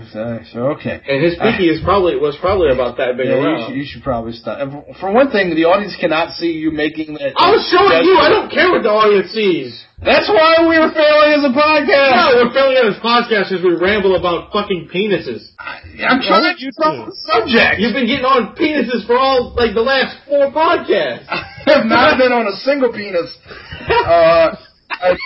Speaker 3: uh, so okay.
Speaker 1: and his pinky is probably was probably about that big
Speaker 3: Yeah, you,
Speaker 1: around.
Speaker 3: should, you should probably stop. And For one thing, the audience cannot see you making that.
Speaker 1: I'm showing you. I don't care what the audience sees.
Speaker 3: That's why we were failing as a podcast.
Speaker 1: No, we're filling out this podcast as we ramble about fucking penises.
Speaker 3: I'm
Speaker 4: Why
Speaker 3: trying
Speaker 4: would
Speaker 3: to
Speaker 4: you
Speaker 3: get off
Speaker 4: do?
Speaker 3: the subject.
Speaker 1: You've been getting on penises for all like the last four podcasts.
Speaker 3: I have not been on a single penis. Uh, I-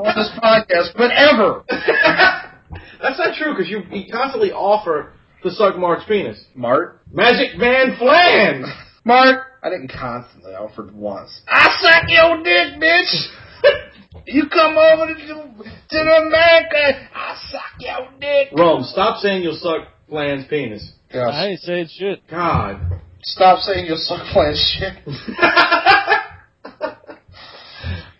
Speaker 3: on this podcast, but ever.
Speaker 1: That's not true because you, you constantly offer to suck Mark's penis.
Speaker 3: Mart,
Speaker 1: Magic Man Flan.
Speaker 3: Mark, I didn't constantly. I offered once. I suck your dick, bitch. You come over to, to America, I suck your dick.
Speaker 1: Rome, stop saying you'll suck Flan's penis.
Speaker 3: Yes.
Speaker 4: I ain't saying shit.
Speaker 1: God.
Speaker 3: Stop saying you're so playing shit.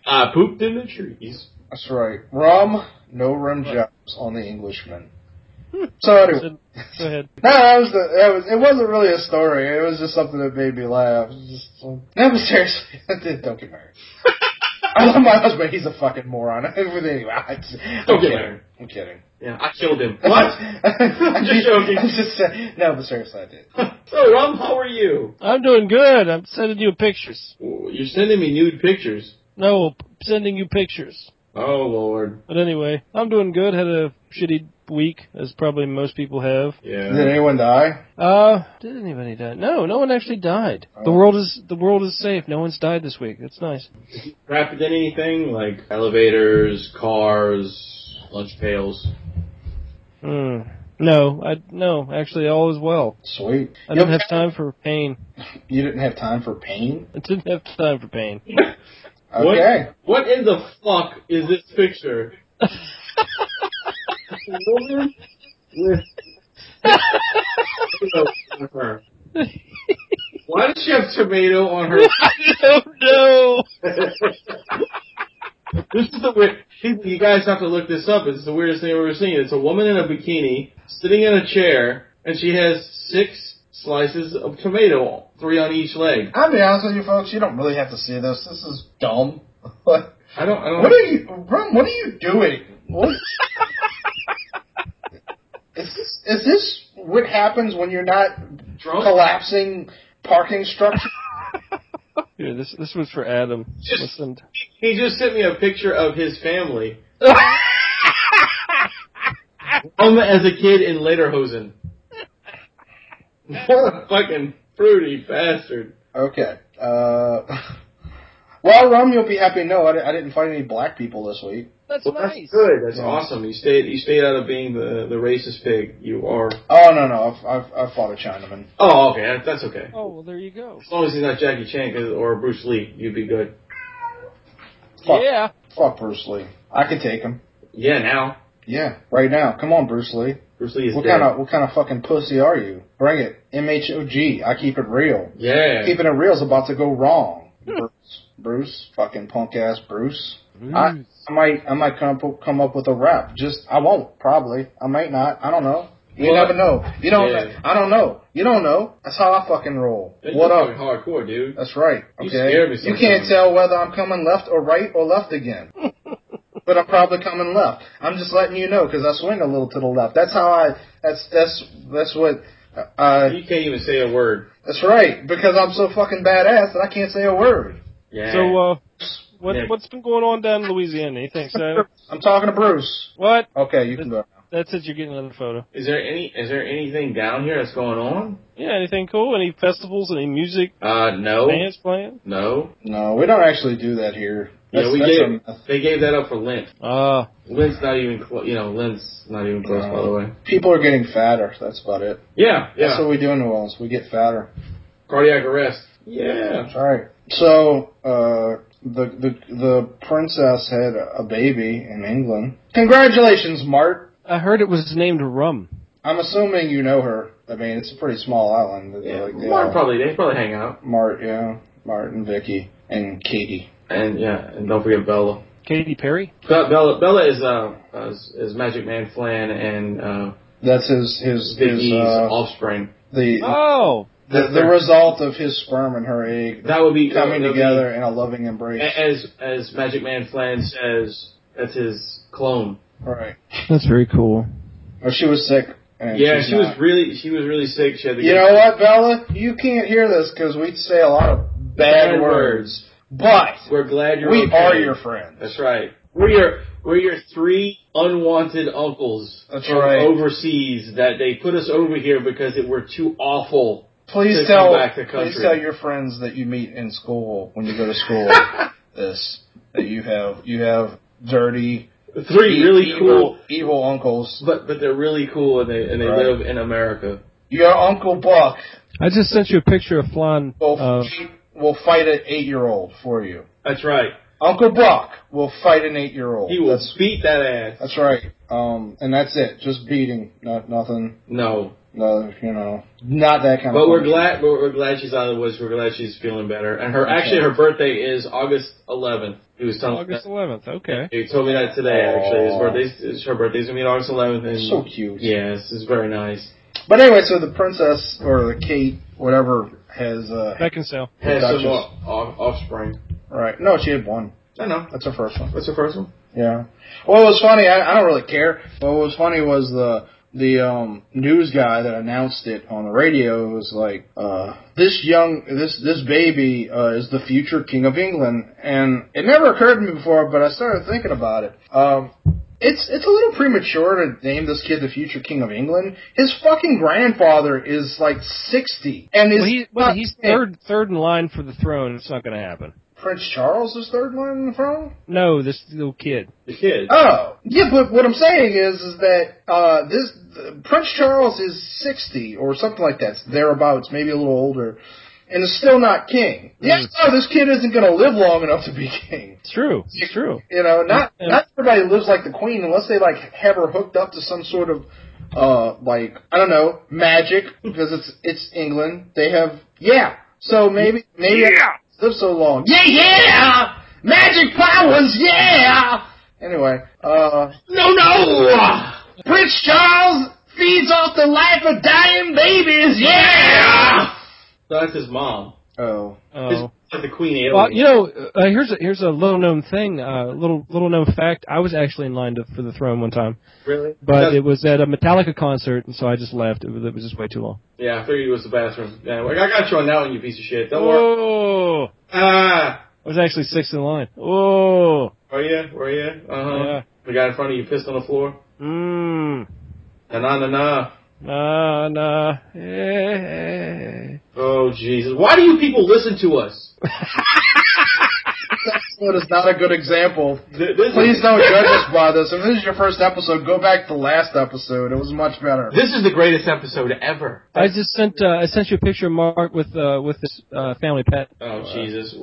Speaker 1: I pooped in the trees.
Speaker 3: That's right. Rum, no rum jobs on the Englishman. So anyway,
Speaker 4: Go ahead.
Speaker 3: no, that was the that was it wasn't really a story. It was just something that made me laugh. It was Just um, no, but seriously, don't get married. I love my husband. He's a fucking moron. anyway, I just- I'm
Speaker 1: Don't get
Speaker 3: kidding.
Speaker 1: married.
Speaker 3: I'm kidding.
Speaker 1: Yeah, I killed him. What?
Speaker 3: I'm
Speaker 1: Just joking.
Speaker 3: I'm just saying- no, but seriously, I did.
Speaker 1: so, Rum, how are you?
Speaker 4: I'm doing good. I'm sending you pictures.
Speaker 1: You're sending me nude pictures.
Speaker 4: No, p- sending you pictures.
Speaker 1: Oh, Lord.
Speaker 4: But anyway, I'm doing good. Had a shitty week, as probably most people have.
Speaker 3: Did
Speaker 1: Yeah.
Speaker 3: anyone die?
Speaker 4: Uh, did anybody die? No, no one actually died. The world is the world is safe. No one's died this week. That's nice.
Speaker 1: Rapid in anything like elevators, cars, lunch pails.
Speaker 4: Hmm. No, I no. Actually, all is well.
Speaker 3: Sweet.
Speaker 4: I didn't
Speaker 3: Yep.
Speaker 4: have time for pain.
Speaker 3: You didn't have time for pain.
Speaker 4: I didn't have time for pain.
Speaker 1: What,
Speaker 3: Okay.
Speaker 1: what in the fuck is this picture? A woman with. tomato on her. Why does she have tomato on her?
Speaker 4: I don't know.
Speaker 1: This is the weird. People, you guys have to look this up. It's the weirdest thing I've ever seen. It's a woman in a bikini sitting in a chair, and she has six slices of tomato, three on each leg.
Speaker 3: I'll be honest with you, folks. You don't really have to see this. This is dumb. what
Speaker 1: I don't. I don't.
Speaker 3: are you, Ron? What are you doing? What? is this is this what happens when you're not
Speaker 1: Drunk?
Speaker 3: collapsing parking structures?
Speaker 4: Here, this this was for Adam.
Speaker 1: Just-
Speaker 4: Listen.
Speaker 1: He just sent me a picture of his family. Alma as a kid in Lederhosen. What a fucking fruity bastard.
Speaker 3: Okay. Uh, well, Rum, you'll be happy to know I, di- I didn't find any black people this week.
Speaker 4: That's
Speaker 1: Well, that's good. That's awesome. You stayed. You stayed out of being the the racist pig. You are.
Speaker 3: Oh no no, I've I've, I've fought a Chinaman.
Speaker 1: Oh, okay. that- That's okay.
Speaker 4: Oh well, there you go.
Speaker 1: As long as he's not Jackie Chan 'cause- or Bruce Lee, you'd be good.
Speaker 3: Fuck.
Speaker 4: Yeah.
Speaker 3: Fuck Bruce Lee. I could take him.
Speaker 1: Yeah. Now
Speaker 3: Yeah, right now. Come on, Bruce Lee.
Speaker 1: Bruce Lee is
Speaker 3: What
Speaker 1: dead.
Speaker 3: kind of what kind of fucking pussy are you? Bring it. M H O G. I keep it real.
Speaker 1: yeah.
Speaker 3: Keeping it real is about to go wrong. Bruce, Bruce, fucking punk ass Bruce. I, I might I might come up, come up with a rap. Just I won't probably. I might not. I don't know. You
Speaker 1: What?
Speaker 3: never know. You don't.
Speaker 1: Yeah.
Speaker 3: I don't know. You don't know. That's how I fucking roll.
Speaker 1: That's
Speaker 3: what
Speaker 1: fucking
Speaker 3: up?
Speaker 1: Hardcore, dude.
Speaker 3: That's right. Okay.
Speaker 1: You scared me
Speaker 3: You can't
Speaker 1: sometimes.
Speaker 3: tell whether I'm coming left or right or left again. but I'm probably coming left. I'm just letting you know because I swing a little to the left. That's how I. That's that's that's what. Uh,
Speaker 1: You can't even say a word.
Speaker 3: that's right. Because I'm so fucking badass that I can't say a word.
Speaker 1: Yeah.
Speaker 4: So uh, what
Speaker 1: Yeah.
Speaker 4: what's been going on down in Louisiana? Anything, Sam?
Speaker 3: I'm talking to Bruce.
Speaker 4: what?
Speaker 3: Okay, you can go.
Speaker 4: That's it. You're getting another photo.
Speaker 1: Is there any is there anything down here that's going on?
Speaker 4: Yeah. Anything cool? Any festivals? Any music?
Speaker 1: Uh no.
Speaker 4: Bands playing?
Speaker 1: No.
Speaker 3: No, we don't actually do that here.
Speaker 1: Yeah,
Speaker 3: That's,
Speaker 1: we
Speaker 3: that's
Speaker 1: gave,
Speaker 3: a myth.
Speaker 1: they gave that up for Lent.
Speaker 4: Ah.
Speaker 1: Lent's not even clo- you know, Lent's not even close by the
Speaker 3: Uh,
Speaker 1: way.
Speaker 3: People are getting fatter. That's about it.
Speaker 1: Yeah,
Speaker 3: That's
Speaker 1: yeah.
Speaker 3: what we do in New Orleans. We get fatter.
Speaker 1: Cardiac arrest. Yeah.
Speaker 3: All right. So uh, the the the princess had a baby in England. Congratulations, Mart.
Speaker 4: I heard it was named Rum.
Speaker 3: I'm assuming you know her. I mean, it's a pretty small island.
Speaker 1: Yeah.
Speaker 3: Like,
Speaker 1: Well, probably they probably hang out.
Speaker 3: Mart, yeah, Mart and Vicky and Katie.
Speaker 1: And yeah, and don't forget Bella.
Speaker 4: Katy Perry.
Speaker 1: Be- Bella Bella is uh is, is Magic Man Flan and uh
Speaker 3: That's his his, his
Speaker 1: Vicky's Ah!
Speaker 3: uh,
Speaker 1: offspring.
Speaker 3: the,
Speaker 4: Oh.
Speaker 3: the the result of his sperm and her egg
Speaker 1: That would be
Speaker 3: coming
Speaker 1: that would be-
Speaker 3: together in a loving embrace.
Speaker 1: a- as as Magic Man Flan says, that's his clone.
Speaker 3: All right.
Speaker 4: That's very cool.
Speaker 3: Or she was sick. And
Speaker 1: Yeah,
Speaker 3: she's
Speaker 1: she was
Speaker 3: not.
Speaker 1: really she was really sick. She had to
Speaker 3: You
Speaker 1: get
Speaker 3: know what, Bella? You can't hear this because we say a lot of bad,
Speaker 1: Bad
Speaker 3: words. But
Speaker 1: We're glad you're
Speaker 3: we
Speaker 1: okay.
Speaker 3: are your friends.
Speaker 1: That's right. We're your we're your three unwanted uncles
Speaker 3: That's
Speaker 1: from
Speaker 3: right.
Speaker 1: overseas that they put us over here because it were too awful.
Speaker 3: Please
Speaker 1: to
Speaker 3: tell
Speaker 1: come back to
Speaker 3: please
Speaker 1: country.
Speaker 3: tell your friends that you meet in school when you go to school this that you have you have dirty
Speaker 1: Three
Speaker 3: e-
Speaker 1: really cool,
Speaker 3: evil, evil uncles.
Speaker 1: but but they're really cool and they and they
Speaker 3: Right.
Speaker 1: live in America.
Speaker 3: Your uncle Buck
Speaker 4: I just sent you a picture of Flan.
Speaker 1: Um,
Speaker 3: will
Speaker 4: Uh,
Speaker 3: fight, will fight an eight year old for you.
Speaker 1: That's right.
Speaker 3: Uncle Buck will fight an eight year old.
Speaker 1: He will
Speaker 3: That's
Speaker 1: beat that ass.
Speaker 3: that's right. Um, and that's it. Just beating, not nothing.
Speaker 1: No,
Speaker 3: No, you know, not that kind of.
Speaker 1: but we're glad
Speaker 3: punishment.
Speaker 1: but we're glad she's out of the woods. We're glad she's feeling better. And her actually her birthday is August 11th. He was telling
Speaker 4: August 11th. Okay.
Speaker 1: He told me that today. Actually, his
Speaker 3: Aw.
Speaker 1: birthday's his, her birthday's gonna be on August 11th. And
Speaker 3: So cute.
Speaker 1: Yeah, this is very nice.
Speaker 3: But anyway, so the princess or the Kate, whatever, has uh,
Speaker 4: Beck and Sal.
Speaker 1: Has some
Speaker 3: Duchess.
Speaker 1: off, off, offspring.
Speaker 3: right? No, she had one.
Speaker 1: I know.
Speaker 3: That's her first one.
Speaker 1: What's the first one?
Speaker 3: Yeah. Well, it was funny. I, I don't really care. But what was funny was the the um news guy that announced it on the radio was like, uh, this young this this baby uh, is the future king of England, and it never occurred to me before, but I started thinking about it. Um. It's it's a little premature to name this kid the future king of England. His fucking grandfather is like sixty, and is
Speaker 4: Well, he, well,
Speaker 3: not-
Speaker 4: he's third third in line for the throne. It's not going to happen.
Speaker 3: Prince Charles is third line in the throne.
Speaker 4: No, this little kid.
Speaker 1: The kid.
Speaker 3: Oh, yeah, but what I'm saying is, is that uh, this Prince Charles is 60 or something like that, thereabouts, maybe a little older, and is still not king. Yeah, no, this kid isn't going to live long enough to be king.
Speaker 4: It's true. It's true.
Speaker 3: You know, not
Speaker 4: Yeah.
Speaker 3: not everybody lives like the queen unless they like have her hooked up to some sort of uh like I don't know magic because it's it's England. They have yeah. So maybe maybe
Speaker 2: Yeah.
Speaker 3: live so long. Yeah, yeah, magic powers. Yeah. Anyway, uh,
Speaker 2: No, no!
Speaker 3: Prince Charles feeds off the life of dying babies. Yeah.
Speaker 1: No, that's his mom.
Speaker 3: Oh,
Speaker 4: Oh.
Speaker 1: It's like the queen alien.
Speaker 4: Well, you know, uh, here's a, here's a little known thing, uh, little little known fact. I was actually in line to, for the throne one time,
Speaker 1: really?
Speaker 4: but
Speaker 1: That's-
Speaker 4: it was at a Metallica concert, and so I just left. It was, it was just way too long.
Speaker 1: yeah, I figured it was the bathroom. Yeah, like, I got you on that one, you piece of shit. Don't worry.
Speaker 4: Oh,
Speaker 1: Ah,
Speaker 4: I was actually sixth in line. Oh,
Speaker 1: are you? Were you? Uh huh.
Speaker 4: yeah.
Speaker 1: The guy in front of you pissed on the floor.
Speaker 4: Mmm.
Speaker 1: Na na na na.
Speaker 4: Nah, nah. Eh.
Speaker 1: Oh Jesus! Why do you people listen to us?
Speaker 3: that is not a good example.
Speaker 1: Th- This
Speaker 3: Please
Speaker 1: is,
Speaker 3: don't judge us by this. If this is your first episode, go back to last episode. It was much better.
Speaker 1: This is the greatest episode ever.
Speaker 4: I just sent uh, I sent you a picture of Mark with uh, with his uh, family pet.
Speaker 1: Oh Jesus!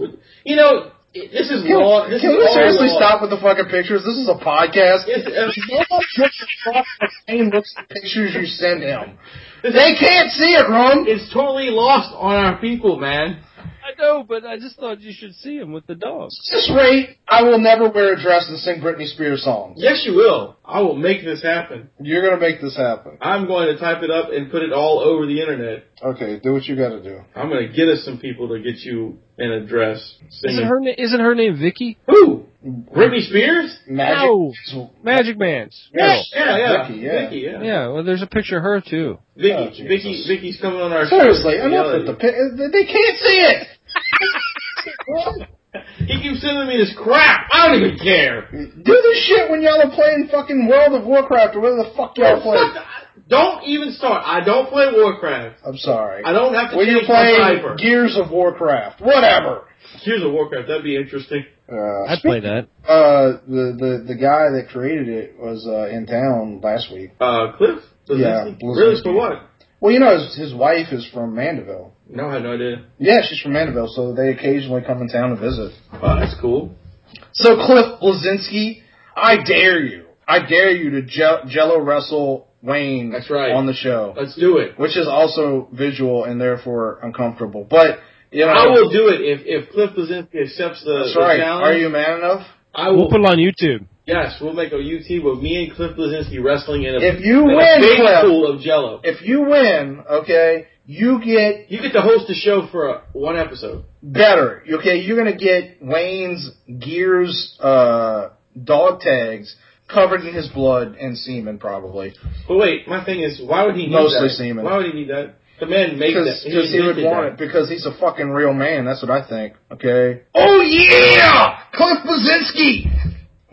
Speaker 1: You know this is
Speaker 3: Can,
Speaker 1: law. This
Speaker 3: can
Speaker 1: is
Speaker 3: we
Speaker 1: all
Speaker 3: seriously
Speaker 1: law.
Speaker 3: stop with the fucking pictures? This is a podcast.
Speaker 1: It's, uh,
Speaker 3: Shane looks at the pictures you send him. They can't see it, Ron.
Speaker 1: it's totally lost on our people, man.
Speaker 4: I know, but I just thought you should see him with the dog.
Speaker 3: At this rate, I will never wear a dress and sing Britney Spears songs.
Speaker 1: Yes, you will. I will make this happen.
Speaker 3: You're gonna make this happen.
Speaker 1: I'm going to type it up and put it all over the internet.
Speaker 3: Okay, do what you gotta do.
Speaker 1: I'm going to get us some people to get you an address.
Speaker 4: Isn't her na- isn't her name Vicky?
Speaker 1: Who? Britney Spears?
Speaker 3: Magic.
Speaker 4: No. Magic Man's girl.
Speaker 1: Yeah, yeah,
Speaker 3: Vicky, yeah.
Speaker 1: Vicky, yeah.
Speaker 4: Yeah, well, there's a picture of her too.
Speaker 1: Vicky,
Speaker 3: Oh, Jesus.
Speaker 1: Vicky, Vicky's coming on our show.
Speaker 3: Seriously,
Speaker 1: to
Speaker 3: enough
Speaker 1: yell at
Speaker 3: with the pi- They can't see it. Ron,
Speaker 1: you. He keeps sending me this crap. I don't even care.
Speaker 3: Do this shit when y'all are playing fucking World of Warcraft or whatever the fuck y'all play.
Speaker 1: Don't even start. I don't play Warcraft.
Speaker 3: I'm sorry.
Speaker 1: I don't have to
Speaker 3: When you
Speaker 1: change my
Speaker 3: play
Speaker 1: diaper.
Speaker 3: Gears of Warcraft, whatever.
Speaker 1: Here's a Warcraft. That'd be interesting.
Speaker 3: Uh,
Speaker 4: I'd play that.
Speaker 3: Uh, the, the the guy that created it was uh, in town last week.
Speaker 1: Uh, Cliff?
Speaker 3: Yeah,
Speaker 1: Blazinski?
Speaker 3: Blazinski.
Speaker 1: Really? For what?
Speaker 3: Well, you know, his, his wife is from Mandeville.
Speaker 1: No, I had no idea.
Speaker 3: Yeah, she's from Mandeville, so they occasionally come in town to visit.
Speaker 1: Wow, Uh, that's cool.
Speaker 3: So Cliff Blazinski, I dare you, I dare you to je- Jello wrestle Wayne.
Speaker 1: That's right.
Speaker 3: on the show,
Speaker 1: Let's do it.
Speaker 3: which is also visual and therefore uncomfortable. But you know,
Speaker 1: I will do it if if Cliff Blazinski accepts the,
Speaker 3: that's
Speaker 1: the
Speaker 3: right.
Speaker 1: challenge.
Speaker 3: Are you man enough?
Speaker 1: I
Speaker 4: We'll
Speaker 1: will.
Speaker 4: put it on YouTube.
Speaker 1: yes, we'll make a UT with me and Cliff Blazinski wrestling in a,
Speaker 3: If you
Speaker 1: in a
Speaker 3: win,
Speaker 1: baby
Speaker 3: Cliff.
Speaker 1: pool of Jello.
Speaker 3: If you win, okay, you get
Speaker 1: You get to host a show for a, one episode.
Speaker 3: better. Okay, you're gonna get Wayne's Gears uh, dog tags covered in his blood and semen, probably.
Speaker 1: But wait, my thing is, why would he need
Speaker 3: Mostly
Speaker 1: that?
Speaker 3: semen.
Speaker 1: Why would he need that? The man made that.
Speaker 3: Because he would
Speaker 1: invented
Speaker 3: want it
Speaker 1: that.
Speaker 3: because he's a fucking real man. That's what I think. Okay. Oh yeah, Cliff Blazinski.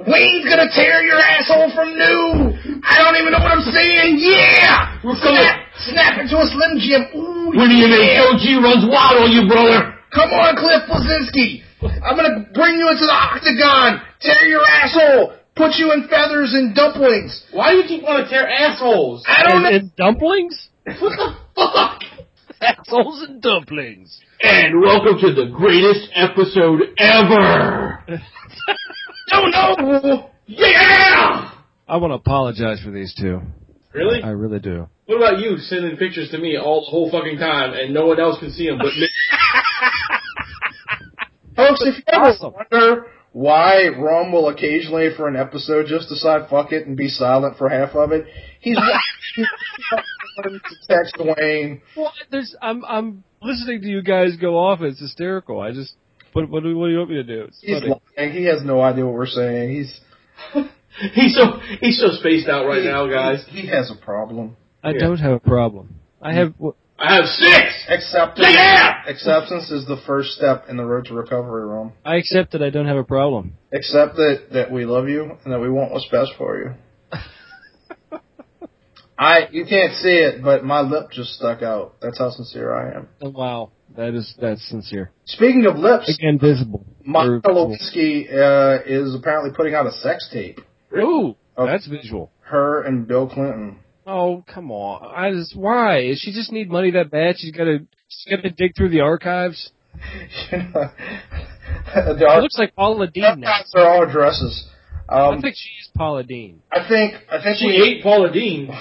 Speaker 3: Wayne's gonna tear your asshole from new. I don't even know what I'm saying. Yeah, snap, snap into a slim jim. Ooh, when yeah.
Speaker 2: OG runs wild on you, brother!
Speaker 3: Come on, Cliff Blazinski. I'm gonna bring you into the octagon, tear your asshole, put you in feathers and dumplings.
Speaker 1: Why do you keep wanting to tear assholes?
Speaker 3: I don't
Speaker 4: And,
Speaker 3: know.
Speaker 4: and dumplings,
Speaker 1: What the fuck?
Speaker 4: assholes and dumplings.
Speaker 2: And welcome to the greatest episode ever!
Speaker 3: don't know.
Speaker 2: Yeah!
Speaker 4: I want to apologize for these two.
Speaker 1: Really?
Speaker 4: I really do.
Speaker 1: What about you sending pictures to me all the whole fucking time and no one else can see them but me?
Speaker 3: Folks, if you ever
Speaker 4: Awesome.
Speaker 3: wonder why Rum will occasionally, for an episode, just decide fuck it and be silent for half of it, he's he's to text Wayne.
Speaker 4: Well, there's I'm I'm listening to you guys go off. It's hysterical. I just what what do, what do you want me to do? It's
Speaker 3: He's
Speaker 4: funny.
Speaker 3: lying. He has no idea what we're saying. He's
Speaker 1: he's so he's so spaced out right now, guys.
Speaker 3: He has a problem.
Speaker 4: I
Speaker 1: yeah.
Speaker 4: don't have a problem. I have wh-
Speaker 1: I have six.
Speaker 3: Acceptance.
Speaker 1: Yeah!
Speaker 3: Acceptance is the first step in the road to recovery, Rum.
Speaker 4: I accept that I don't have a problem.
Speaker 3: Except that, that we love you and that we want what's best for you. I you can't see it, but my lip just stuck out. That's how sincere I am.
Speaker 4: Oh, wow, that is that's sincere.
Speaker 3: Speaking of lips,
Speaker 4: Again, visible.
Speaker 3: Monica Lewinsky uh, is apparently putting out a sex tape.
Speaker 4: Ooh,
Speaker 3: Oh.
Speaker 4: that's visual.
Speaker 3: Her and Bill Clinton.
Speaker 4: Oh, come on. I just, why? Does she just need money that bad? She's gotta, she's gotta dig through the archives.
Speaker 3: You know, the
Speaker 4: She
Speaker 3: art-
Speaker 4: looks like Paula Dean now.
Speaker 3: archives are all addresses.
Speaker 4: I
Speaker 3: Um,
Speaker 4: think she is Paula Dean.
Speaker 3: I think I think
Speaker 1: She
Speaker 3: we,
Speaker 1: ate Paula Dean.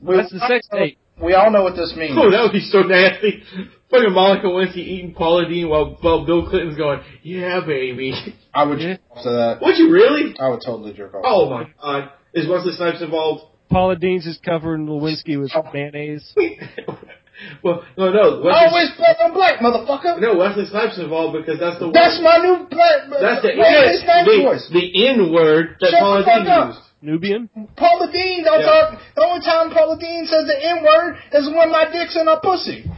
Speaker 3: we
Speaker 4: That's the sex tape.
Speaker 3: We all know what this means.
Speaker 1: Oh, that would be so nasty. Fucking Monica Lewinsky eating Paula Dean while, while Bill Clinton's going, yeah, baby.
Speaker 3: I would
Speaker 4: Yeah.
Speaker 3: jerk off to that.
Speaker 1: Would you really?
Speaker 3: I would totally jerk off.
Speaker 1: Oh my god. Is Wesley Snipes involved?
Speaker 4: Paula Dean's is covering Lewinsky with mayonnaise.
Speaker 1: well, no, no. Wesley,
Speaker 3: I always black on black, motherfucker.
Speaker 1: no, Wesley Snipes involved because that's the
Speaker 3: That's my new uh, black.
Speaker 1: That's the,
Speaker 3: Wesley Snipes voice.
Speaker 1: the, the N word that
Speaker 3: Shut
Speaker 1: Paula
Speaker 3: the fuck
Speaker 1: Dean
Speaker 3: up.
Speaker 1: used.
Speaker 4: Nubian?
Speaker 3: Paula Dean. Don't
Speaker 1: Yeah.
Speaker 3: talk. The only time Paula Dean says the N word is when my dick's in her pussy.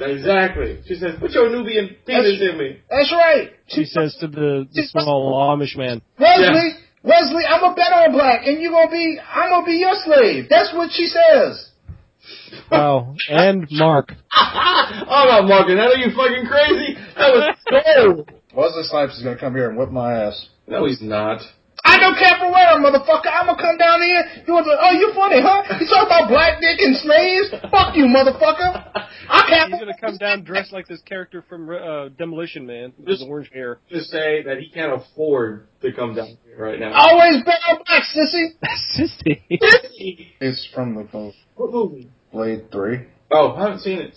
Speaker 1: Exactly. She says, put your Nubian penis in me.
Speaker 3: That's right.
Speaker 4: She says to the, the small Amish man.
Speaker 3: Wesley, Wesley, I'm a bet on black, and you gonna be, I'm gonna be your slave. That's what she says.
Speaker 4: Wow. And Mark.
Speaker 1: oh, no, Morgan, that are you fucking crazy? That was gold.
Speaker 3: Wesley Snipes is gonna come here and whip my ass.
Speaker 1: No, he's not.
Speaker 3: I know capoeira, motherfucker. I'm gonna come down here. You want to, oh, you funny, huh? You talk about black dick and slaves? Fuck you, motherfucker. I
Speaker 4: He's
Speaker 3: capoeira.
Speaker 4: gonna come down dressed like this character from uh, Demolition Man with his orange hair.
Speaker 1: Just say that he can't afford to come down here right now.
Speaker 3: Always bet on black, sissy.
Speaker 4: Sissy.
Speaker 3: Oh,
Speaker 1: Sissy!
Speaker 3: It's from the film
Speaker 1: What movie?
Speaker 3: Blade 3.
Speaker 1: Oh, I haven't seen it.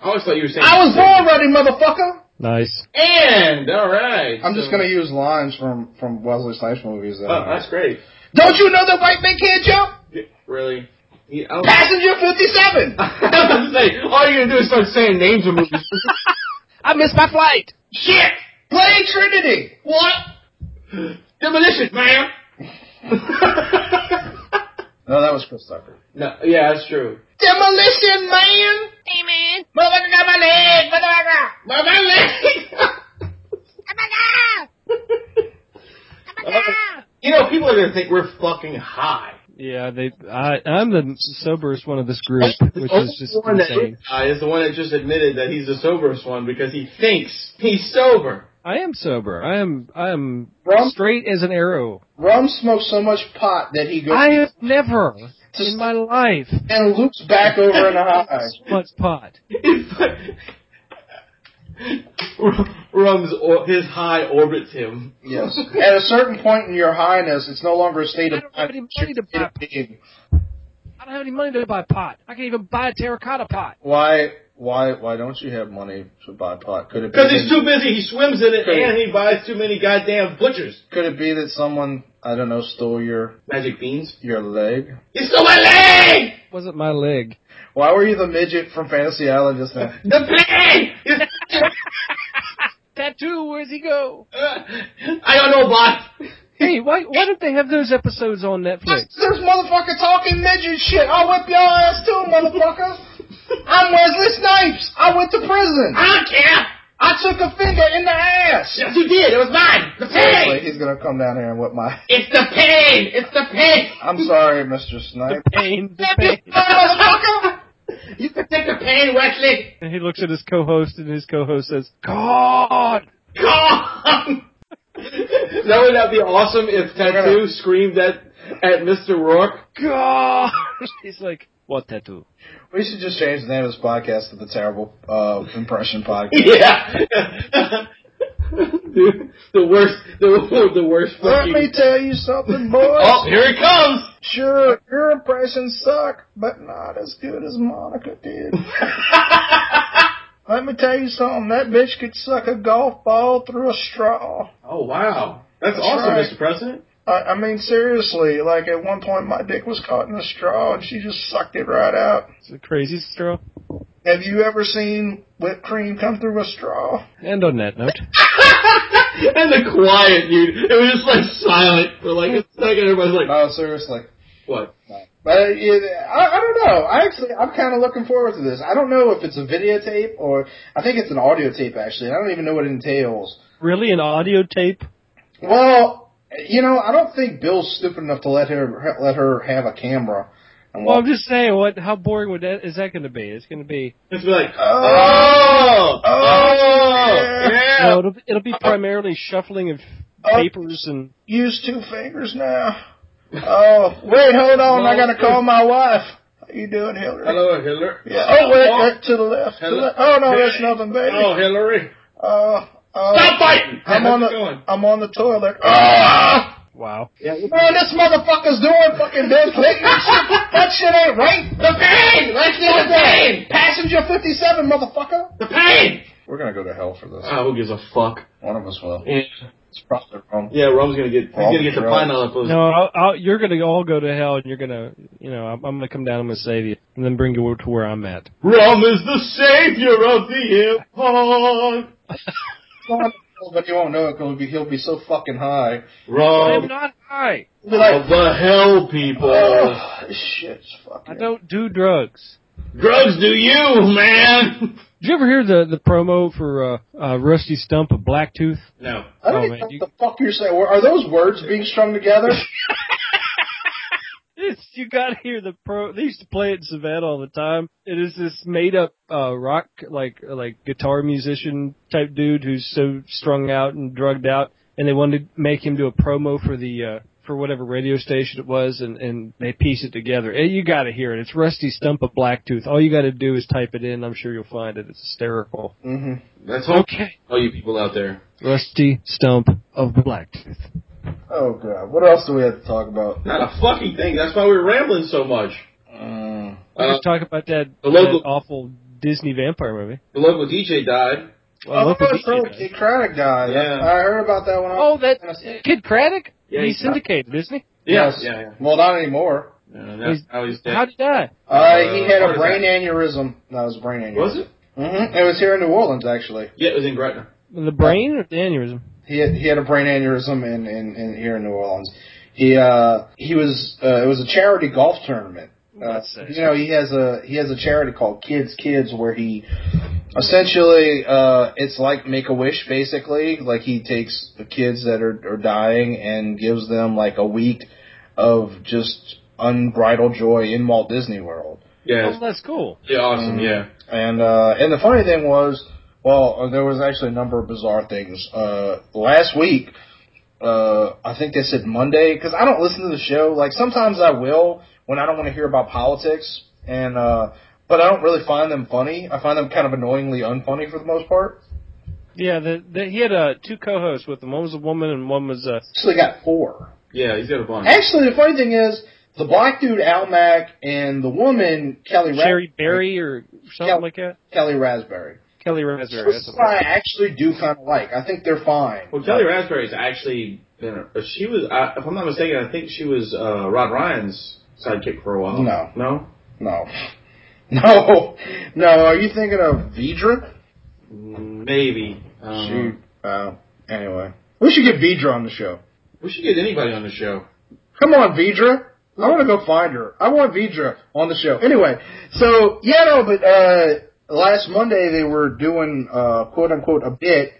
Speaker 1: I always thought you were saying.
Speaker 3: I was born ready, motherfucker.
Speaker 4: Nice.
Speaker 1: And all right.
Speaker 2: I'm just
Speaker 1: So-
Speaker 2: gonna use lines from from Wesley Snipes movies. That
Speaker 1: Oh, that's great.
Speaker 3: Don't you know that white man can't jump?
Speaker 1: Yeah, Really. Yeah, oh. I was-
Speaker 3: Passenger 57.
Speaker 1: I was gonna say, all you're gonna do is start saying names of movies.
Speaker 4: I missed my flight.
Speaker 3: Shit. Play Trinity.
Speaker 1: what? Demolition, man.
Speaker 2: no, that was Chris Tucker.
Speaker 1: no, yeah, that's true.
Speaker 3: Demolition Man. Hey man. Motherfucker got my leg. Motherfucker.
Speaker 1: My my leg.
Speaker 3: Oh
Speaker 1: Uh, you know, people are gonna think we're fucking high.
Speaker 4: Yeah, they. I, I'm the soberest one of this group, which is just
Speaker 1: the one that
Speaker 4: insane.
Speaker 1: uh, is the one that just admitted that he's the soberest one because he thinks he's sober.
Speaker 4: I am sober. I am. I am
Speaker 2: Rum?
Speaker 4: straight as an arrow.
Speaker 2: Rum smokes so much pot that he goes
Speaker 4: I have never in my life
Speaker 2: and loops back over in her eye.
Speaker 4: smoked pot.
Speaker 1: Rum's or, his high orbits him.
Speaker 2: Yes. At a certain point in your highness, it's no longer a state
Speaker 4: I
Speaker 2: of
Speaker 4: don't have any money to
Speaker 2: state
Speaker 4: buy.
Speaker 2: of being.
Speaker 4: I don't have any money to buy pot. I can't even buy a terracotta pot.
Speaker 2: Why? Why? Why don't you have money to buy pot? Could it be?
Speaker 1: Because he's
Speaker 2: That,
Speaker 1: too busy, he swims in it, and he buys too many goddamn butchers.
Speaker 2: could it be that someone I don't know stole your
Speaker 1: Magic beans.
Speaker 2: your leg?
Speaker 1: You stole my leg!
Speaker 4: wasn't my leg.
Speaker 2: Why were you the midget from Fantasy Island just now?
Speaker 1: The plane! You-
Speaker 4: Tattoo. Where's he go?
Speaker 1: uh, I don't know, boss.
Speaker 4: Hey, why why don't they have those episodes on Netflix?
Speaker 3: This motherfucker talking midget shit. I'll whip your ass too, motherfucker. I'm Wesley Snipes. I went to prison.
Speaker 1: I don't care.
Speaker 3: I took a finger in the ass.
Speaker 1: Yes, you did. It was mine. The
Speaker 2: Seriously,
Speaker 1: pain.
Speaker 2: he's gonna come down here and whip my.
Speaker 1: It's the pain. It's the pain.
Speaker 2: I'm sorry, Mr. Snipe.
Speaker 4: Pain, the pain.
Speaker 3: Motherfucker.
Speaker 1: You can take the pain, Wesley.
Speaker 4: And he looks at his co-host, and his co-host says, "God."
Speaker 1: Come on. that would that be awesome if Tattoo screamed at at Mr. Rourke?
Speaker 4: God. He's like, what tattoo?
Speaker 2: We should just change the name of this podcast to the Terrible uh, Impression Podcast.
Speaker 1: Yeah. Dude, the worst, the, the worst
Speaker 2: Let
Speaker 1: fucking.
Speaker 2: me tell you something, boys.
Speaker 1: oh, here it comes.
Speaker 2: Sure, your impressions suck, but not as good as Monica did. Let me tell you something. That bitch could suck a golf ball through a straw.
Speaker 1: oh wow, that's,
Speaker 2: That's
Speaker 1: awesome,
Speaker 2: right.
Speaker 1: Mr. President.
Speaker 2: I, I mean, seriously. Like at one point, my dick was caught in a straw, and she just sucked it right out.
Speaker 4: It's a crazy straw.
Speaker 2: Have you ever seen whipped cream come through a straw?
Speaker 4: And on that note,
Speaker 1: and the quiet, dude. It was just like silent for like a second. Everybody's like,
Speaker 2: No, seriously.
Speaker 1: "What?"
Speaker 2: But it, I, I don't know. I actually, I'm kind of looking forward to this. I don't know if it's a videotape or I think it's an audio tape actually. and I don't even know what it entails.
Speaker 4: really, an audio tape?
Speaker 2: Well, you know, I don't think Bill's stupid enough to let her let her have a camera. And
Speaker 4: Well,
Speaker 2: walk.
Speaker 4: I'm just saying, what? How boring would that is that going to be? It's going to be
Speaker 1: It's be like,
Speaker 2: oh,
Speaker 1: "Oh, oh,
Speaker 2: yeah.
Speaker 1: yeah."
Speaker 4: no. It'll, it'll be primarily shuffling of papers and
Speaker 2: use two fingers now. Oh, wait, hold on. I
Speaker 1: Well,
Speaker 2: gotta call my wife. How you doing, Hillary?
Speaker 1: Hello, Hitler.
Speaker 2: Yeah. Oh, wait,
Speaker 1: Oh.
Speaker 2: wait, to the left. To the
Speaker 1: Hello.
Speaker 2: left. Oh no, that's nothing, baby.
Speaker 1: Hello, Hillary.
Speaker 2: Uh, uh,
Speaker 1: Stop fighting!
Speaker 2: I'm
Speaker 1: How's
Speaker 2: on
Speaker 1: it
Speaker 2: the
Speaker 1: going?
Speaker 2: I'm on the toilet. Ah!
Speaker 4: Wow.
Speaker 2: Man, this motherfucker's doing fucking Bill Clinton shit. That shit ain't right.
Speaker 1: The pain! Let's do the pain!
Speaker 2: Passenger 57, motherfucker.
Speaker 1: The pain!
Speaker 3: We're gonna go to hell for this.
Speaker 1: Oh, who gives a fuck?
Speaker 3: One of us will.
Speaker 1: Yeah,
Speaker 3: It's probably wrong.
Speaker 1: yeah Rome's gonna get, he's gonna get the pine out of those.
Speaker 4: No, I'll, I'll, you're gonna all go to hell, and you're gonna, you know, I'm, I'm gonna come down. I'm gonna save you, and then bring you to where I'm at.
Speaker 1: Rome is the savior of the empire!
Speaker 3: But he won't know it because he'll be so fucking high.
Speaker 1: Rome
Speaker 4: I'm not high.
Speaker 3: He'll be like,
Speaker 1: of the hell people.
Speaker 3: oh, this shit's
Speaker 4: I
Speaker 3: fucking.
Speaker 4: don't do drugs.
Speaker 1: Drugs do you, man!
Speaker 4: Did you ever hear the the promo for uh, uh, Rusty Stump of Blacktooth?
Speaker 1: No.
Speaker 3: I don't
Speaker 4: Oh,
Speaker 3: even
Speaker 4: man,
Speaker 3: know
Speaker 4: you-
Speaker 3: what the fuck you're saying. Are those words being strung together?
Speaker 4: It's, you gotta hear the pro. They used to play it in Savannah all the time. It is this made up uh, rock like like guitar musician type dude who's so strung out and drugged out, and they wanted to make him do a promo for the uh, for whatever radio station it was, and and they piece it together. Eh, you gotta hear it. It's Rusty Stump of Blacktooth. All you gotta do is type it in. I'm sure you'll find it. It's hysterical.
Speaker 3: mm-hmm.
Speaker 1: That's all,
Speaker 4: Okay.
Speaker 1: all you people out there.
Speaker 4: Rusty Stump of Blacktooth.
Speaker 3: Oh god. What else do we have to talk about?
Speaker 1: Not a fucking thing. That's why we're rambling so much.
Speaker 3: Mm.
Speaker 4: We
Speaker 1: Uh,
Speaker 4: just talk about that,
Speaker 1: the local-
Speaker 4: that awful Disney vampire movie.
Speaker 1: The local DJ died.
Speaker 4: Well,
Speaker 3: oh,
Speaker 4: local
Speaker 3: that's
Speaker 4: DJ
Speaker 3: right,
Speaker 4: does.
Speaker 3: Kid Craddock died.
Speaker 1: Yeah.
Speaker 3: I heard about that one.
Speaker 4: Oh, that
Speaker 3: Yes.
Speaker 4: Kid Craddock?
Speaker 1: Yeah,
Speaker 4: he's
Speaker 1: he's-
Speaker 4: syndicated, isn't he?
Speaker 1: Yes. Yeah, yeah.
Speaker 3: Well, not anymore.
Speaker 1: Uh, that's
Speaker 4: He's-
Speaker 1: how he's
Speaker 4: How
Speaker 1: dead.
Speaker 4: did I?
Speaker 3: Uh, he
Speaker 1: Uh,
Speaker 3: had
Speaker 1: what
Speaker 3: a
Speaker 1: is
Speaker 3: brain aneurysm. That was a brain aneurysm.
Speaker 1: Was it?
Speaker 3: Mm-hmm. It was here in New Orleans, actually.
Speaker 1: Yeah, it was in Gretna.
Speaker 4: The brain or the aneurysm?
Speaker 3: He had, he had a brain aneurysm in, in, in here in New Orleans. He uh he was uh, it was a charity golf tournament. Uh,
Speaker 4: That's it.
Speaker 3: you know he has a he has a charity called Kids Kids where he essentially uh it's like Make a Wish basically like he takes the kids that are are dying and gives them like a week of just unbridled joy in Walt Disney World.
Speaker 1: Yeah,
Speaker 4: Oh,
Speaker 1: it's,
Speaker 4: that's cool.
Speaker 1: yeah, awesome.
Speaker 3: Mm.
Speaker 1: Yeah,
Speaker 3: And uh, and the funny thing was, well, uh, there was actually a number of bizarre things. Uh, last week, uh, I think they said Monday because I don't listen to the show. Like sometimes I will when I don't want to hear about politics, and uh, but I don't really find them funny. I find them kind of annoyingly unfunny for the most part.
Speaker 4: Yeah, the, the, he had uh, two co-hosts with him. One was a woman and one was uh,
Speaker 3: Actually, got four.
Speaker 1: yeah, he's got a bunch.
Speaker 3: Actually, the funny thing is, the black dude Al Mac and the woman Kelly Ra-
Speaker 4: Sherry Berry or something
Speaker 3: Kel-
Speaker 4: like that.
Speaker 3: Kelly Raspberry.
Speaker 4: Kelly Raspberry. That's
Speaker 3: That's
Speaker 4: what
Speaker 3: what I actually do kind of like. I think they're fine.
Speaker 1: Well, Kelly Raspberry's actually been. A, but she was, I, if I'm not mistaken, I think she was uh, Rod Ryan's sidekick for a while.
Speaker 3: No.
Speaker 1: no,
Speaker 3: No. No. No, are you thinking of Vidra?
Speaker 1: Mm, maybe.
Speaker 3: Shoot.
Speaker 1: Um,
Speaker 3: Uh, anyway. We should get Vidra on the show.
Speaker 1: we should get anybody on the show.
Speaker 3: Come on, Vidra. I want to go find her. I want Vidra on the show. Anyway, so, yeah, no, but, uh, last Monday they were doing, uh, quote unquote, a bit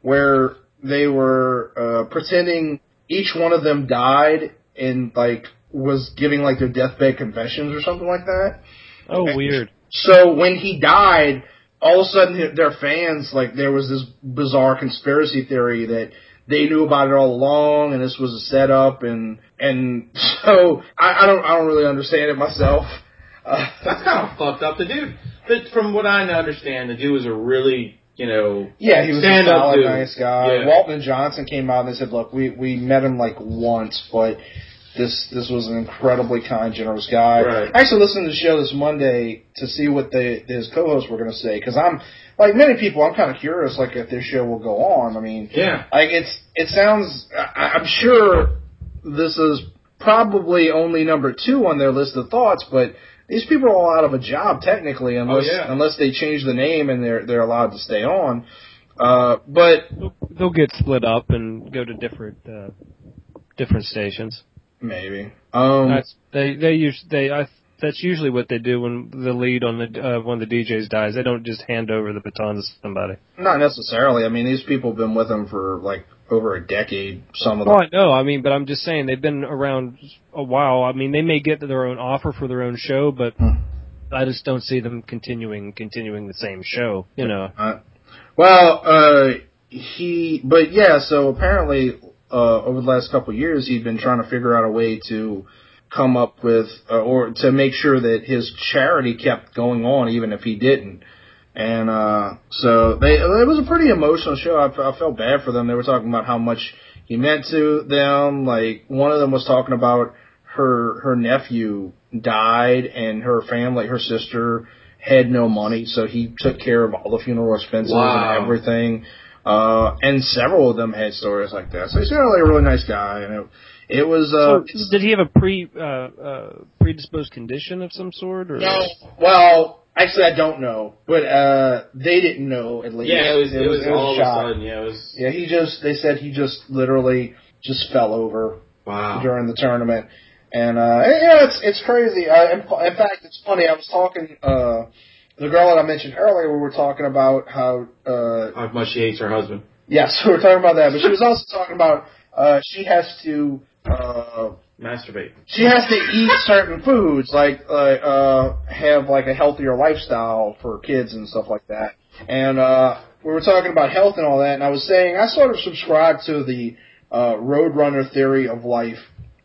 Speaker 3: where they were, uh, pretending each one of them died and, like, was giving, like, their deathbed confessions or something like that.
Speaker 4: Oh, weird.
Speaker 3: So when he died, all of a sudden their fans like there was this bizarre conspiracy theory that they knew about it all along and this was a setup and and so I, I don't I don't really understand it myself.
Speaker 1: That's
Speaker 3: Uh,
Speaker 1: kind of fucked up. The dude, but from what I understand, the dude was a really, you know,
Speaker 3: yeah, he was
Speaker 1: Stand
Speaker 3: a
Speaker 1: up,
Speaker 3: solid,
Speaker 1: dude.
Speaker 3: nice guy.
Speaker 1: Yeah.
Speaker 3: Walton Johnson came out and they said, "Look, we we met him like once, but." This this was an incredibly kind, generous guy.
Speaker 1: Right.
Speaker 3: I actually listened to the show this Monday to see what the his co-hosts were going to say because I'm like many people, I'm kind of curious like if this show will go on. I mean,
Speaker 1: yeah.
Speaker 3: Like it's it sounds. I, I'm sure this is probably only number two on their list of thoughts, but these people are all out of a job technically, unless
Speaker 1: yeah.
Speaker 3: unless they change the name and they're they're allowed to stay on. Uh, but
Speaker 4: They'll, they'll get split up and go to different uh, different stations.
Speaker 3: maybe. Um,
Speaker 4: That's they they use they I that's usually what they do when the lead on the uh, one of the DJs dies. They don't just hand over the baton to somebody.
Speaker 3: not necessarily. I mean, these people have been with them for like over a decade. Some of
Speaker 4: Well,
Speaker 3: them.
Speaker 4: Oh, I know. I mean, but I'm just saying they've been around a while. I mean, they may get their own offer for their own show, but
Speaker 3: Hmm.
Speaker 4: I just don't see them continuing continuing the same show. You know,
Speaker 3: Well, uh, he, but yeah, so apparently, uh, uh, over the last couple of years, he'd been trying to figure out a way to come up with uh, or to make sure that his charity kept going on, even if he didn't. And uh, so they, it was a pretty emotional show. I, I felt bad for them. They were talking about how much he meant to them. Like one of them was talking about her her nephew died and her family, her sister had no money, so he took care of all the funeral expenses
Speaker 1: Wow.
Speaker 3: and everything. Uh, and several of them had stories like that. So he seemed like a really nice guy, and it, it was uh,
Speaker 4: So, did he have a pre uh, uh, predisposed condition of some sort? Or
Speaker 3: No. Well, actually, I don't know, but uh, they didn't know at least.
Speaker 1: Yeah, it was, it was,
Speaker 3: a
Speaker 1: all of a
Speaker 3: shock.
Speaker 1: sudden. Yeah, it was.
Speaker 3: Yeah, he just they said he just literally just fell over
Speaker 1: Wow.
Speaker 3: during the tournament, and uh, yeah, it's it's crazy. I, in in fact, it's funny. I was talking uh, the girl that I mentioned earlier. We were talking about how uh,
Speaker 1: How much she hates her husband.
Speaker 3: yes, we were talking about that, but she was also talking about uh, she has to. Uh,
Speaker 1: Masturbate.
Speaker 3: she has to eat certain foods, like uh, uh, have like a healthier lifestyle for kids and stuff like that. And uh, we were talking about health and all that, and I was saying I sort of subscribe to the uh, Roadrunner theory of life,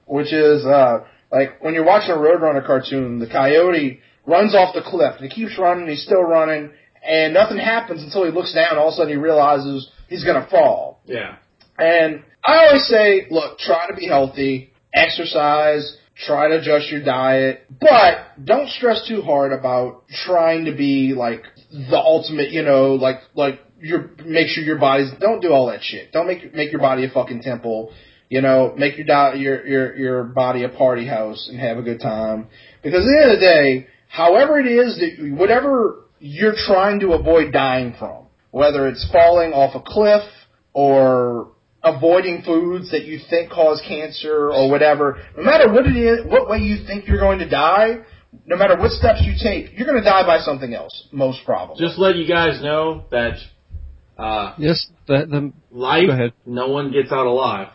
Speaker 3: which is uh, like when you're watching a Roadrunner cartoon, the coyote runs off the cliff, and he keeps running, he's still running, and nothing happens until he looks down, and all of a sudden he realizes he's gonna fall.
Speaker 1: Yeah.
Speaker 3: And I always say, look, try to be healthy, exercise, try to adjust your diet, but don't stress too hard about trying to be like the ultimate, you know, like like your make sure your body's don't do all that shit. Don't make make your body a fucking temple. You know, make your diet your your your body a party house and have a good time. Because at the end of the day, however it is that whatever you're trying to avoid dying from, whether it's falling off a cliff or avoiding foods that you think cause cancer or whatever, no matter what it is, what way you think you're going to die, no matter what steps you take, you're going to die by something else, most probably.
Speaker 1: Just let you guys know that uh,
Speaker 4: yes, the, the
Speaker 1: life,
Speaker 4: Go ahead.
Speaker 1: no one gets out alive.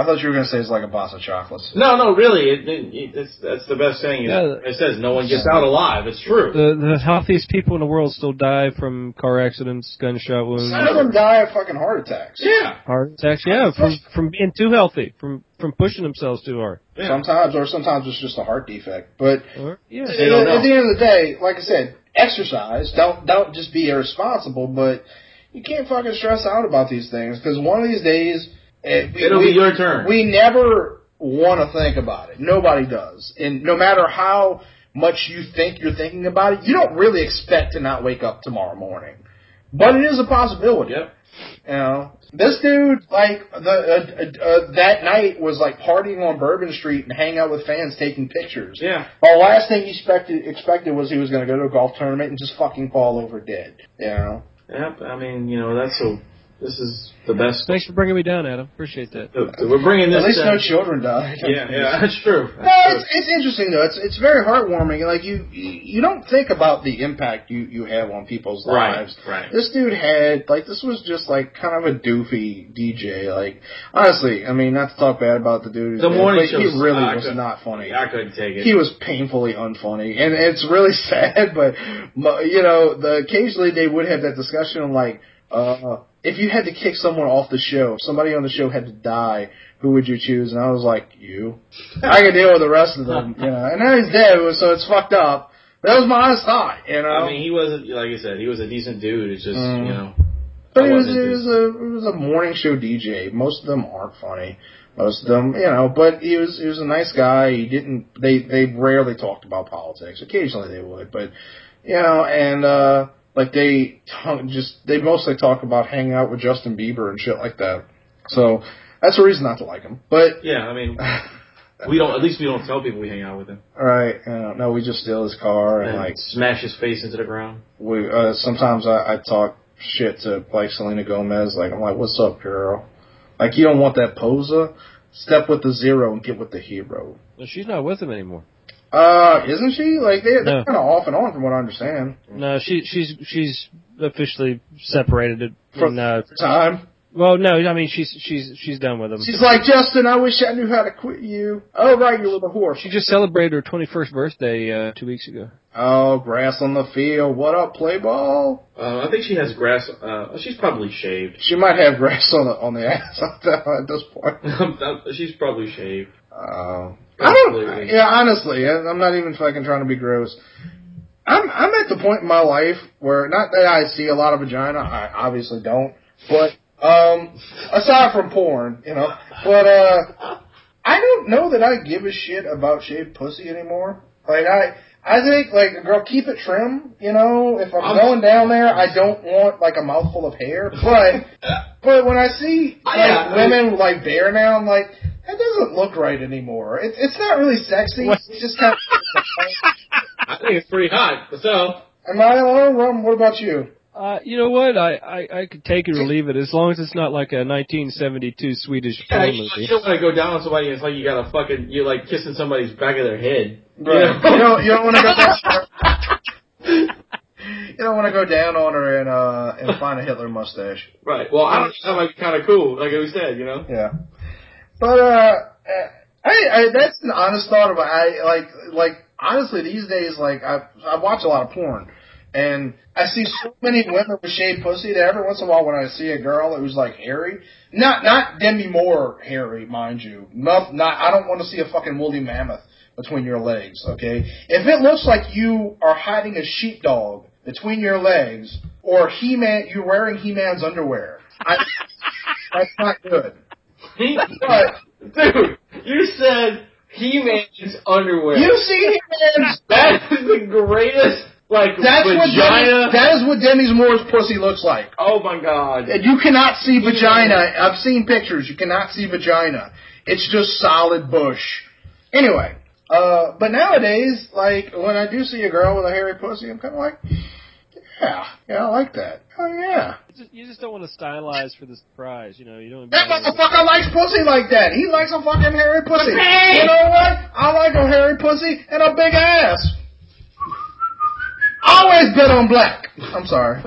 Speaker 3: I thought you were going to say it's like a box of chocolates.
Speaker 1: No, no, really, it, it, it, it's, that's the best saying.
Speaker 4: Yeah.
Speaker 1: It says no one gets out alive. It's true.
Speaker 4: the the healthiest people in the world still die from car accidents, gunshot wounds,
Speaker 3: Some of them die of fucking heart attacks.
Speaker 1: yeah.
Speaker 4: heart attacks. Yeah, from from being too healthy, from from pushing themselves too hard.
Speaker 1: Yeah.
Speaker 3: Sometimes, or sometimes it's just a heart defect. But
Speaker 4: Or, yeah,
Speaker 1: They don't know.
Speaker 3: At the end of the day, like I said, exercise. Don't don't just be irresponsible, but you can't fucking stress out about these things because one of these days it,
Speaker 1: It'll be your turn.
Speaker 3: We never want to think about it. Nobody does, and no matter how much you think you're thinking about it, you don't really expect to not wake up tomorrow morning. But it is a possibility.
Speaker 1: Yep.
Speaker 3: You know, this dude, like the uh, uh, uh, that night, was like partying on Bourbon Street and hang out with fans, taking pictures.
Speaker 1: Yeah.
Speaker 3: The last thing he expected expected was he was going to go to a golf tournament and just fucking fall over dead. You know,
Speaker 1: Yep. I mean, you know, that's a. This is the best.
Speaker 4: Thanks for bringing me down, Adam. Appreciate that.
Speaker 1: We're bringing this.
Speaker 3: at least
Speaker 1: down.
Speaker 3: no children died.
Speaker 1: yeah, yeah, that's true. That's
Speaker 3: No,
Speaker 1: true.
Speaker 3: it's, it's interesting though. It's it's very heartwarming. Like you you don't think about the impact you you have on people's
Speaker 1: Right,
Speaker 3: lives.
Speaker 1: right.
Speaker 3: This dude had like this was just like kind of a doofy DJ. Like honestly, I mean, not to talk bad about the dude.
Speaker 1: The
Speaker 3: but
Speaker 1: morning
Speaker 3: he
Speaker 1: shows-
Speaker 3: really
Speaker 1: I
Speaker 3: was
Speaker 1: could-
Speaker 3: not funny.
Speaker 1: I couldn't take it.
Speaker 3: he was painfully unfunny, and it's really sad. But mo- you know, the, occasionally they would have that discussion on like, uh, if you had to kick someone off the show, if somebody on the show had to die, who would you choose? And I was like, you. I can deal with the rest of them, you know. And now he's dead, so it's fucked up. That was my honest thought, you know.
Speaker 1: I mean, he wasn't like I said. He was a decent dude. It's just
Speaker 3: Mm.
Speaker 1: you know.
Speaker 3: But
Speaker 1: I
Speaker 3: it was,
Speaker 1: wasn't
Speaker 3: it was a it was a morning show DJ. Most of them aren't funny. Most of them, you know. But he was he was a nice guy. He didn't. They they rarely talked about politics. Occasionally they would, but you know, and uh like they talk, just they mostly talk about hanging out with Justin Bieber and shit like that. So that's a reason not to like him. But
Speaker 1: Yeah, I mean, we don't. At least we don't tell people we hang out with him.
Speaker 3: all right, you know, no, we just steal his car and
Speaker 1: And
Speaker 3: like
Speaker 1: smash his face into the ground.
Speaker 3: we uh sometimes I, I talk shit to like Selena Gomez, like I'm like, What's up, girl? Like you don't want that poser? Step with the zero and get with the hero.
Speaker 4: Well, she's not with him anymore.
Speaker 3: Uh, isn't she? Like they, they're
Speaker 4: No.
Speaker 3: kinda off and on from what I understand.
Speaker 4: No, she she's she's officially separated it
Speaker 3: From-
Speaker 4: in uh,
Speaker 3: Time.
Speaker 4: Well, no, I mean she's she's she's done with him.
Speaker 3: She's like, Justin, I wish I knew how to quit you. Oh, right, you were the horse.
Speaker 4: She just celebrated her 21st birthday uh, two weeks ago.
Speaker 3: Oh, grass on the field. What up, play ball?
Speaker 1: Uh, I think she has grass. Uh, she's probably shaved.
Speaker 3: She might have grass on the on the ass at this point.
Speaker 1: she's probably shaved.
Speaker 3: Oh, I don't. Yeah, honestly, I- I'm not even fucking trying to be gross. I'm I'm at the point in my life where not that I see a lot of vagina. I obviously don't, but um, aside from porn, you know, but uh, I don't know that I give a shit about shaved pussy anymore. Like I. I think like girl, keep it trim. You know, if I'm
Speaker 1: I'm-
Speaker 3: going down there, I don't want like a mouthful of hair. But but when I see like,
Speaker 1: Yeah, I-
Speaker 3: women like bare now, I'm like, that doesn't look right anymore. It, it's not really sexy.
Speaker 4: What?
Speaker 3: It's just kind of.
Speaker 1: I think it's pretty hot. So
Speaker 3: Am I alone, Rum? What about you?
Speaker 4: Uh, you know what? I, I I could take it or leave it as long as it's not like a 1972 Swedish
Speaker 1: Yeah,
Speaker 4: porn
Speaker 1: you,
Speaker 4: movie.
Speaker 1: you don't want to go down on somebody. and It's like you got a fucking you're like kissing somebody's back of their head.
Speaker 3: Right. You don't, you don't want to go down. you don't want to go down on her and uh and find a Hitler mustache.
Speaker 1: Right. Well, I don't. That might be kind of cool. Like we said, you know.
Speaker 3: Yeah. But uh, I, I that's an honest thought about I like like honestly these days like I I watch a lot of porn. And I see so many women with shaved pussy that every once in a while when I see a girl who's like hairy, not not Demi Moore hairy, mind you, not, not I don't want to see a fucking woolly mammoth between your legs, okay? If it looks like you are hiding a sheepdog between your legs, or He-Man, you're wearing He-Man's underwear, I, that's not good. But
Speaker 1: Dude, you said He-Man's underwear.
Speaker 3: you see He-Man's.
Speaker 1: that is the greatest. Like
Speaker 3: That's what
Speaker 1: vagina.
Speaker 3: Demi, that is what Demi Moore's pussy looks like.
Speaker 1: oh my god.
Speaker 3: And You cannot see vagina. I've seen pictures. You cannot see vagina. It's just solid bush. Anyway, uh, but nowadays, like when I do see a girl with a hairy pussy, I'm kind of like, yeah, yeah, I like that. Oh yeah,
Speaker 4: You just- You just don't want to stylize for the surprise, you know. You don't.
Speaker 3: that motherfucker likes pussy like that. He likes a fucking hairy pussy. You know what? I like a hairy pussy and a big ass. Always bet on black. I'm sorry.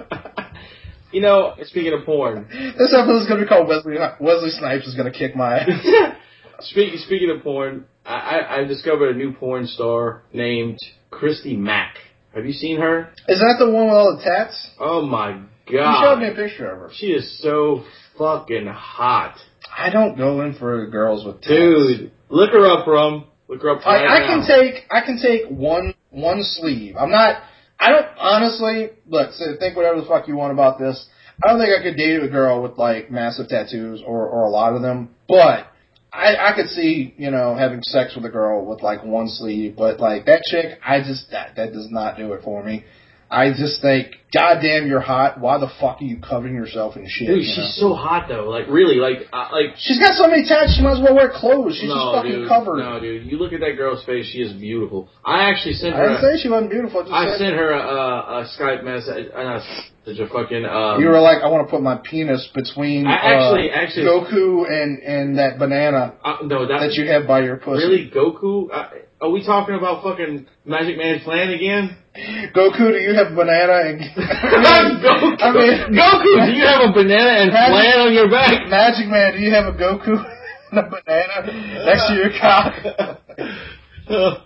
Speaker 1: you know, speaking of porn.
Speaker 3: This episode is going to be called Wesley. Wesley Snipes is going to kick my ass.
Speaker 1: speaking speaking of porn, I, I I discovered a new porn star named Christy Mack. Have you seen her?
Speaker 3: Is that the one with all the tats?
Speaker 1: Oh my
Speaker 3: You showed
Speaker 1: god.
Speaker 3: me a picture of her.
Speaker 1: She is so fucking hot.
Speaker 3: I don't go in for girls with tats.
Speaker 1: Dude, look her up, Rum. Look her up
Speaker 3: I,
Speaker 1: right
Speaker 3: I
Speaker 1: now.
Speaker 3: can take I can take one one sleeve. I'm not. I don't honestly look. So think whatever the fuck you want about this. I don't think I could date a girl with like massive tattoos or or a lot of them. But I I could see you know having sex with a girl with like one sleeve. But like that chick, I just that that does not do it for me. I just think, goddamn, you're hot. Why the fuck are you covering yourself in shit?
Speaker 1: Dude,
Speaker 3: you know?
Speaker 1: she's so hot though. Like really, like I like
Speaker 3: She's got so many tats, she might as well wear clothes. She's
Speaker 1: no,
Speaker 3: just fucking
Speaker 1: dude,
Speaker 3: covered.
Speaker 1: no, dude. You look at that girl's face; she is beautiful. I actually sent
Speaker 3: I didn't
Speaker 1: her.
Speaker 3: say she wasn't beautiful. I
Speaker 1: A,
Speaker 3: just
Speaker 1: I
Speaker 3: said
Speaker 1: sent her a, a, a Skype message, uh, not a message, a fucking. Um,
Speaker 3: You were like, I want to put my penis between uh,
Speaker 1: I actually, actually,
Speaker 3: Goku and and that banana
Speaker 1: uh, no, that,
Speaker 3: that you have by your pussy.
Speaker 1: really Goku. Uh, are we talking about fucking Magic Man's plan again?
Speaker 3: Goku, do you have banana? And
Speaker 1: Goku,
Speaker 3: I mean,
Speaker 1: Goku, do you have a banana and
Speaker 3: Magic-
Speaker 1: plan on your back?
Speaker 3: Magic Man, do you have a Goku and a banana next to your cock?
Speaker 1: no,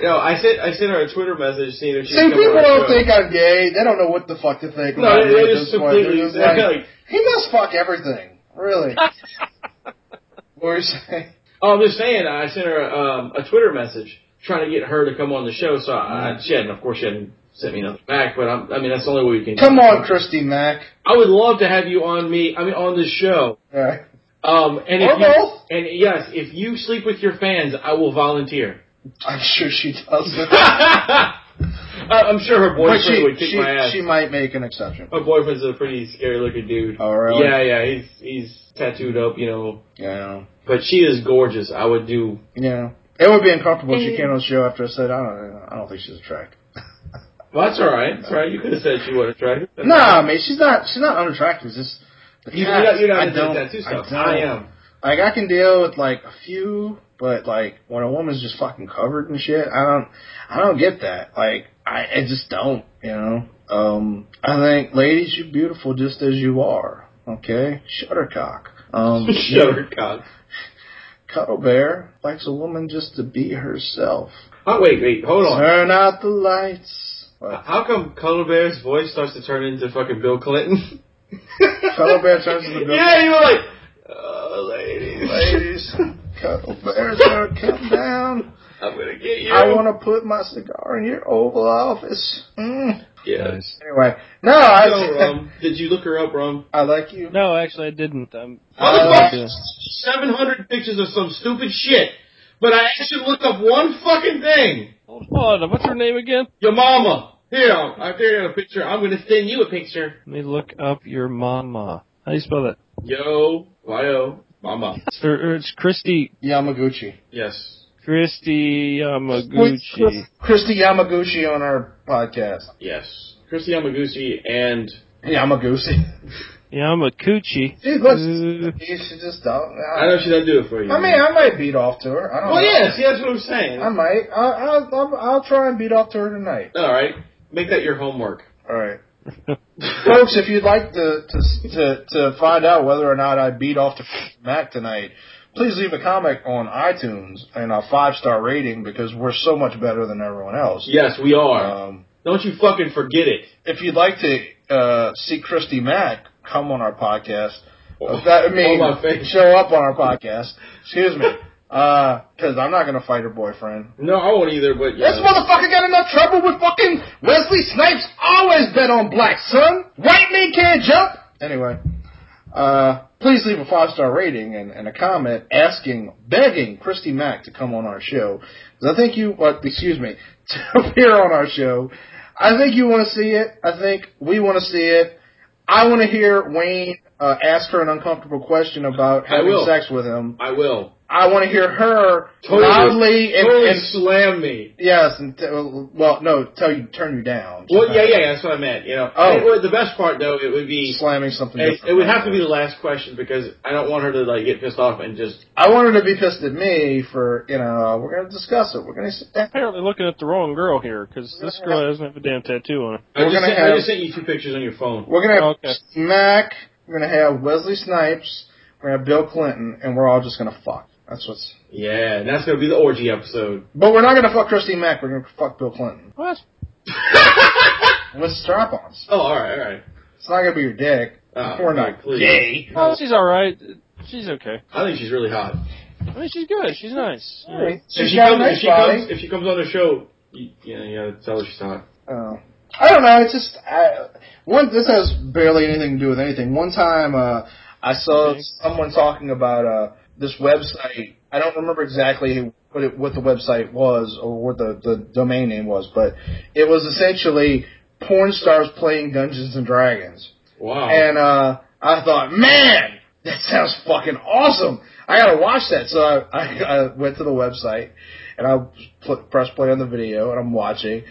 Speaker 1: no. I sent I sent her a Twitter message seeing if she.
Speaker 3: See, people don't think I'm gay. They don't know what the fuck to think.
Speaker 1: No,
Speaker 3: about me
Speaker 1: they,
Speaker 3: at
Speaker 1: they
Speaker 3: this
Speaker 1: just
Speaker 3: point. They're
Speaker 1: completely
Speaker 3: just like,
Speaker 1: like,
Speaker 3: he must fuck everything. Really? what were you saying?
Speaker 1: Oh, I'm just saying. I sent her um, a Twitter message trying to get her to come on the show. So I,
Speaker 3: Mm-hmm.
Speaker 1: she hadn't, of course, she hadn't sent me nothing back. But I'm, I mean, that's the only way we can.
Speaker 3: Come on, Christy Mack.
Speaker 1: I would love to have you on me. I mean, on the show.
Speaker 3: Yeah.
Speaker 1: Um, and if
Speaker 3: Or
Speaker 1: you,
Speaker 3: both.
Speaker 1: and yes, if you sleep with your fans, I will volunteer.
Speaker 3: I'm sure she does.
Speaker 1: I- I'm sure her
Speaker 3: But
Speaker 1: boyfriend
Speaker 3: she,
Speaker 1: would kick
Speaker 3: she,
Speaker 1: my ass. Oh.
Speaker 3: she might make an exception.
Speaker 1: Her boyfriend's a pretty scary looking dude.
Speaker 3: Oh, really?
Speaker 1: Yeah, yeah, he's he's tattooed up, you know.
Speaker 3: Yeah.
Speaker 1: But she is gorgeous. I would do.
Speaker 3: Yeah. It would be uncomfortable if she came on the show after I said, I don't, I don't think she's attractive.
Speaker 1: Well, that's all right. That's all right. You could have said she would attractive.
Speaker 3: Nah, man, she's not, she's not unattractive. It's just, the
Speaker 1: You,
Speaker 3: tats,
Speaker 1: are not, you're
Speaker 3: I
Speaker 1: not into
Speaker 3: don't-
Speaker 1: the tattoo stuff.
Speaker 3: I, don't.
Speaker 1: I, am.
Speaker 3: Like, I can deal with, like, a few, but, like, when a woman's just fucking covered and shit, I don't, I don't get that. Like, I, I just don't, you know? Um, I think, ladies, you're beautiful just as you are. Okay, Shuttercock. Um,
Speaker 1: Shuttercock.
Speaker 3: Cuddlebear likes a woman just to be herself.
Speaker 1: Oh wait, wait, hold on.
Speaker 3: Turn out the lights. What?
Speaker 1: How come Cuddlebear's voice starts to turn into fucking Bill Clinton?
Speaker 3: Cuddlebear turns into Bill
Speaker 1: Yeah, you were like, oh, ladies,
Speaker 3: Ladies, Cuddlebear's gonna come down.
Speaker 1: I'm gonna get you.
Speaker 3: I want to put my cigar in your Oval Office. Mm.
Speaker 1: Yeah.
Speaker 4: Nice.
Speaker 3: Anyway, no, I,
Speaker 1: Yo, Rum, did you look her up, Rum?
Speaker 3: I like you.
Speaker 4: No, actually, I didn't. I'm,
Speaker 3: Uh,
Speaker 1: Motherfucker, 700 pictures of some stupid shit, but I actually looked up one fucking thing.
Speaker 4: Uh, hold on. What's her name again?
Speaker 1: Your mama. Here, I figured out a picture. I'm gonna send you a picture.
Speaker 4: Let me look up your mama. How do you spell that?
Speaker 1: Yo, yo, mama.
Speaker 4: It's, or, or it's Christy
Speaker 3: Yamaguchi.
Speaker 1: Yes.
Speaker 4: Christy
Speaker 3: With
Speaker 4: Yamaguchi.
Speaker 3: Chris- Christy Yamaguchi on our podcast.
Speaker 1: Yes. Christy Yamaguchi and
Speaker 3: Yamaguchi.
Speaker 4: Yamaguchi.
Speaker 3: Dude, let's,
Speaker 4: Uh,
Speaker 3: you should just don't.
Speaker 1: Uh, I know she doesn't do it for you.
Speaker 3: I mean, I might beat off to her. I don't
Speaker 1: well,
Speaker 3: know.
Speaker 1: yeah, see, that's what I'm saying.
Speaker 3: I might. I, I, I'll, I'll try and beat off to her tonight.
Speaker 1: All right, make that your homework.
Speaker 3: All right. Folks, if you'd like to, to to to find out whether or not I beat off to Mac tonight, please leave a comment on iTunes and a five star rating because we're so much better than everyone else.
Speaker 1: yes, we are.
Speaker 3: Um,
Speaker 1: Don't you fucking forget it.
Speaker 3: if you'd like to uh, see Christy Mack come on our podcast, uh, that, I mean,
Speaker 1: Oh, my face.
Speaker 3: show up on our podcast. Excuse me, because I'm not gonna fight her boyfriend.
Speaker 1: No, I won't either. But you
Speaker 3: This
Speaker 1: know.
Speaker 3: motherfucker got enough trouble with fucking Wesley Snipes. Always bet on black, son. White men can't jump. Anyway, uh, please leave a five star rating and, and a comment asking, begging Christy Mack to come on our show. 'Cause I think you, what? Excuse me, to appear on our show. I think you want to see it. I think we want to see it. I want to hear Wayne uh, ask her an uncomfortable question about
Speaker 1: I
Speaker 3: having
Speaker 1: will.
Speaker 3: sex with him.
Speaker 1: I will
Speaker 3: I want to hear her
Speaker 1: Totally.
Speaker 3: loudly and,
Speaker 1: totally
Speaker 3: and
Speaker 1: slam me.
Speaker 3: Yes, and t- well, no, tell you turn you down.
Speaker 1: Well, yeah, yeah, that's what I meant. You know,
Speaker 3: Oh.
Speaker 1: It would- the best part though, it would be.
Speaker 3: slamming something.
Speaker 1: It,
Speaker 3: different.
Speaker 1: it would have to be the last question because I don't want her to like get pissed off and just.
Speaker 3: I want her to be pissed at me for you know we're gonna discuss it. We're gonna sit down.
Speaker 4: Apparently looking at the wrong girl here, because this girl doesn't have a damn tattoo on her.
Speaker 1: I
Speaker 3: We're
Speaker 1: just,
Speaker 3: gonna
Speaker 1: sent, I
Speaker 3: have-
Speaker 1: just sent you two pictures on your phone.
Speaker 3: We're gonna have
Speaker 4: Okay.
Speaker 3: Mac. We're gonna have Wesley Snipes. We're gonna have Bill Clinton, and we're all just gonna fuck. That's what's.
Speaker 1: Yeah, and that's gonna be the orgy episode.
Speaker 3: But we're not gonna fuck Christy Mack. We're gonna fuck Bill Clinton
Speaker 4: What?
Speaker 3: with strap-ons.
Speaker 1: Oh, all right, all right.
Speaker 3: It's not gonna be your dick.
Speaker 1: Oh,
Speaker 3: we're not
Speaker 1: please.
Speaker 3: gay.
Speaker 4: Oh, she's all right. She's okay.
Speaker 1: I think she's really hot.
Speaker 4: I mean, she's good. She's nice.
Speaker 3: All right.
Speaker 1: if
Speaker 3: She's
Speaker 1: she
Speaker 3: got a
Speaker 1: comes, if
Speaker 3: nice
Speaker 1: she
Speaker 3: body.
Speaker 1: comes, if she comes on the show, you, you know, you gotta tell her she's hot.
Speaker 3: Oh. I don't know. It's just I, one. This has barely anything to do with anything. One time, uh, I saw
Speaker 4: Okay.
Speaker 3: someone talking about uh, this website. I don't remember exactly what it, what the website was or what the, the domain name was, but it was essentially porn stars playing Dungeons and Dragons.
Speaker 1: Wow.
Speaker 3: And uh, I thought, man, that sounds fucking awesome. I gotta watch that. So I, I, I went to the website and I pl- pressed play on the video and I'm watching.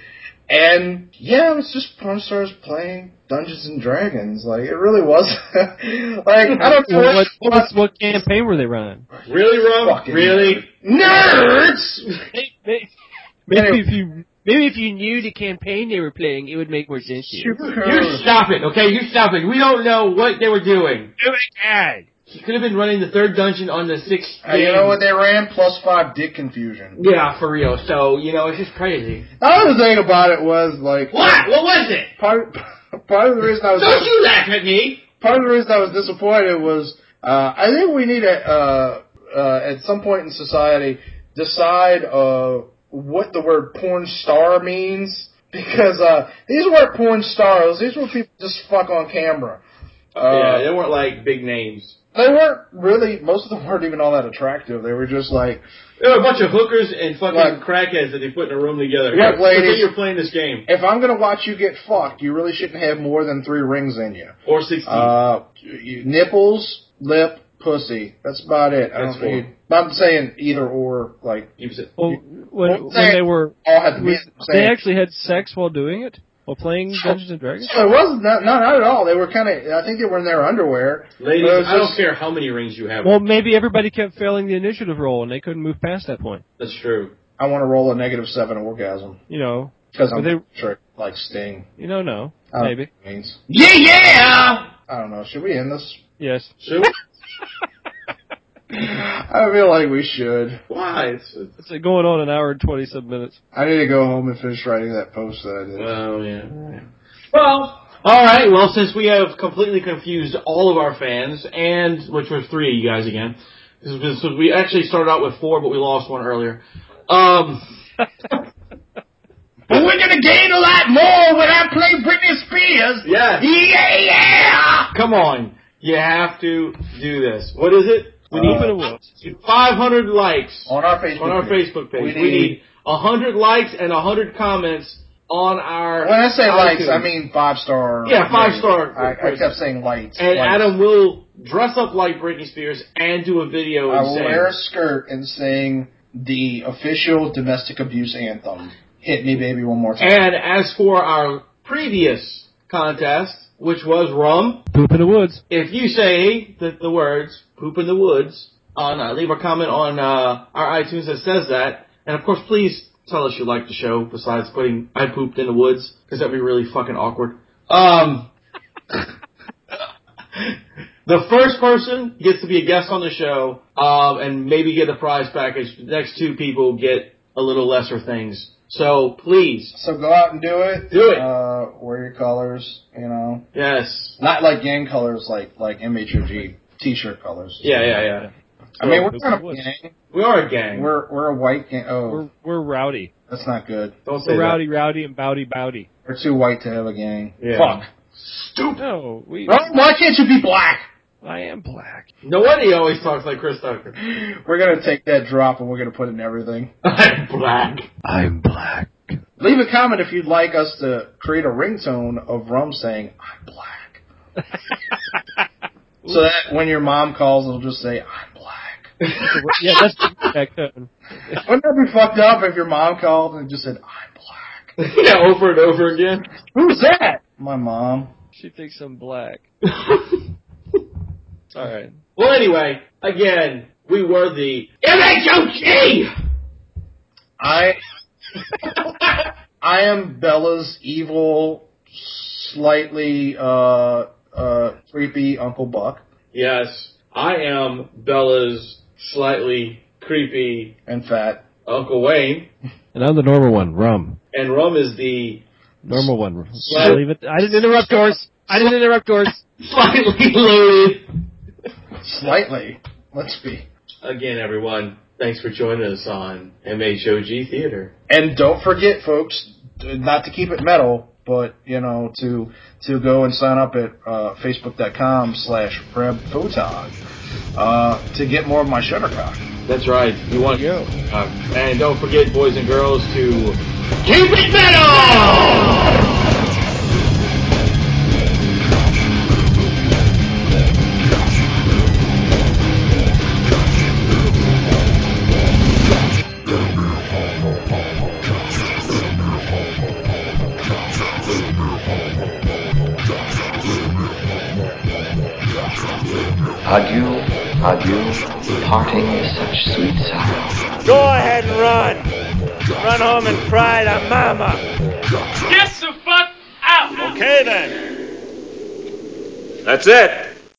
Speaker 3: And yeah, it was just porn stars playing Dungeons and Dragons. Like it really was. like I don't know
Speaker 4: What, what, what campaign were they running?
Speaker 1: really, Rob?
Speaker 3: fucking-
Speaker 1: Really?
Speaker 3: nerds.
Speaker 4: Maybe
Speaker 3: Anyway,
Speaker 4: if you maybe if you knew the campaign they were playing, it would make more sense to
Speaker 1: You
Speaker 3: superheroes.
Speaker 1: stop it, okay? You stop it. We don't know what they were doing.
Speaker 4: Oh my
Speaker 1: She could have been running the third dungeon on the sixth.
Speaker 3: Uh, you
Speaker 1: game.
Speaker 3: know what they ran? Plus five dick confusion.
Speaker 1: Yeah, for real. So you know, it's just crazy.
Speaker 3: The other thing about it was like
Speaker 1: What? What was it?
Speaker 3: part part of the reason I was
Speaker 1: Don't you laugh at me.
Speaker 3: part of the reason I was disappointed was uh, I think we need to uh, uh, at some point in society decide uh, what the word porn star means because uh, these weren't porn stars; these were people just fuck on camera.
Speaker 1: yeah,
Speaker 3: Uh,
Speaker 1: they weren't like big names.
Speaker 3: They weren't really. Most of them weren't even all that attractive. They were just like,
Speaker 1: There were a bunch of hookers and fucking
Speaker 3: Like-
Speaker 1: crackheads that they put in a room together.
Speaker 3: Yeah,
Speaker 1: Forget
Speaker 3: ladies.
Speaker 1: you're playing this game
Speaker 3: if I'm gonna watch you get fucked, you really shouldn't have more than three rings in you.
Speaker 1: or sixteen.
Speaker 3: Uh, you- nipples, lip, pussy. That's about it. I
Speaker 1: That's
Speaker 3: don't
Speaker 1: four.
Speaker 3: need. I'm saying either or, like.
Speaker 1: you said,
Speaker 4: Well,
Speaker 3: Well,
Speaker 4: when, when they were,
Speaker 3: all had to be
Speaker 4: was,
Speaker 3: the
Speaker 4: they
Speaker 3: same.
Speaker 4: actually had sex while doing it, while playing Dungeons and Dragons.
Speaker 3: So it wasn't not, no, not at all. They were kind of. I think they were in their underwear.
Speaker 1: ladies,
Speaker 3: Well, it's
Speaker 1: I don't
Speaker 3: just-
Speaker 1: care how many rings you have.
Speaker 4: Well, maybe everybody kept failing the initiative roll and they couldn't move past that point.
Speaker 1: That's true.
Speaker 3: I want to roll a negative seven orgasm.
Speaker 4: You know,
Speaker 3: Because
Speaker 4: Are
Speaker 3: I'm
Speaker 4: they-
Speaker 3: sure, like Sting.
Speaker 4: You don't know.
Speaker 3: I don't know
Speaker 4: Maybe.
Speaker 3: what it means.
Speaker 2: Yeah, yeah.
Speaker 3: I don't know. Should we end this?
Speaker 4: Yes.
Speaker 3: Should we? I feel like we should.
Speaker 1: Why? It's, it's,
Speaker 4: It's uh, going on an hour and twenty some minutes.
Speaker 3: I need to go home and finish writing that post that I did.
Speaker 1: well, yeah. Well, all right. Well, since we have completely confused all of our fans, and which was three of you guys again, this is- this was- we actually started out with four, but we lost one earlier. Um,
Speaker 2: But we're gonna gain a lot more when I play Britney Spears.
Speaker 1: yes.
Speaker 2: Yeah, yeah.
Speaker 1: Come on. You have to do this. What is it? We
Speaker 4: Poop in
Speaker 1: need
Speaker 4: a woods.
Speaker 1: 500 likes
Speaker 3: Uh, On our Facebook.
Speaker 1: on our
Speaker 3: page.
Speaker 1: Facebook page. We
Speaker 3: We
Speaker 1: need,
Speaker 3: need-
Speaker 1: 100 likes and 100 comments on our.
Speaker 3: When I say likes,
Speaker 1: iTunes.
Speaker 3: I mean five star.
Speaker 1: Yeah, five star.
Speaker 3: I, I kept saying lights.
Speaker 1: And
Speaker 3: lights.
Speaker 1: Adam will dress up like Britney Spears and do a video
Speaker 3: I
Speaker 1: and
Speaker 3: will
Speaker 1: say,
Speaker 3: wear a skirt and sing the official domestic abuse anthem. Hit me, baby, one more time.
Speaker 1: And as for our previous contest, which was rum,
Speaker 4: Poop in the woods.
Speaker 1: if you say the, the words "poop in the woods" on uh, leave a comment on uh, our iTunes that says that, and of course, please tell us you like the show. Besides putting "I pooped in the woods" because that'd be really fucking awkward. Um, the first person gets to be a guest on the show, um, and maybe get a prize package. The next two people get a little lesser things. So please,
Speaker 3: so go out and do it.
Speaker 1: Do it.
Speaker 3: Uh, wear your colors. You know,
Speaker 1: yes,
Speaker 3: not like gang colors, like like MHOG t-shirt colors.
Speaker 1: yeah, yeah, yeah.
Speaker 3: I mean, we're
Speaker 4: Poop in
Speaker 3: not
Speaker 4: the
Speaker 3: a
Speaker 4: woods.
Speaker 3: gang.
Speaker 1: We are a gang.
Speaker 3: We're we're a white gang. Oh,
Speaker 4: We're we're rowdy.
Speaker 3: that's not good.
Speaker 1: Don't say
Speaker 4: We're
Speaker 1: that.
Speaker 4: rowdy, rowdy, and bowdy, bowdy.
Speaker 3: We're too white to have a gang.
Speaker 1: Yeah.
Speaker 3: Fuck.
Speaker 2: Stupid.
Speaker 4: No, we.
Speaker 3: Ron, why can't you be black?
Speaker 4: I am black.
Speaker 1: No wonder he always talks like Chris Tucker.
Speaker 3: We're gonna take that drop and we're gonna put it in everything.
Speaker 1: I'm black.
Speaker 4: I'm black.
Speaker 3: Leave a comment if you'd like us to create a ringtone of Rum saying "I'm black." So that when your mom calls, it'll just say, I'm black.
Speaker 4: yeah, that's the back tone.
Speaker 3: Wouldn't that be fucked up if your mom called and just said, I'm black?
Speaker 1: yeah, over and over again.
Speaker 3: Who's that? My mom.
Speaker 4: She thinks I'm black. All right.
Speaker 1: well, anyway, again, we were the MHOG!
Speaker 3: I, I am Bella's evil, slightly, uh, uh, creepy Uncle Buck.
Speaker 1: Yes, I am Bella's slightly creepy
Speaker 3: In fact,
Speaker 1: Uncle Wayne,
Speaker 4: And I'm the normal one. Rum.
Speaker 1: and Rum is the
Speaker 4: Normal one.
Speaker 1: Well-
Speaker 4: leave it. I didn't interrupt yours. I didn't interrupt yours.
Speaker 1: slightly loaded.
Speaker 3: slightly. Let's be.
Speaker 1: Again, everyone, thanks for joining us on MHOG Theater.
Speaker 3: And don't forget, folks, not to keep it metal, but you know, to to go and sign up at uh, facebook.com slash prebphotog uh, to get more of my shuttercock.
Speaker 1: That's right. You want to go. and don't forget, boys and girls, to
Speaker 2: Keep it metal.
Speaker 5: Adieu, adieu, parting is such sweet sorrow.
Speaker 6: Go ahead and run. Run home and cry to mama. Get the fuck out. Okay then. That's it.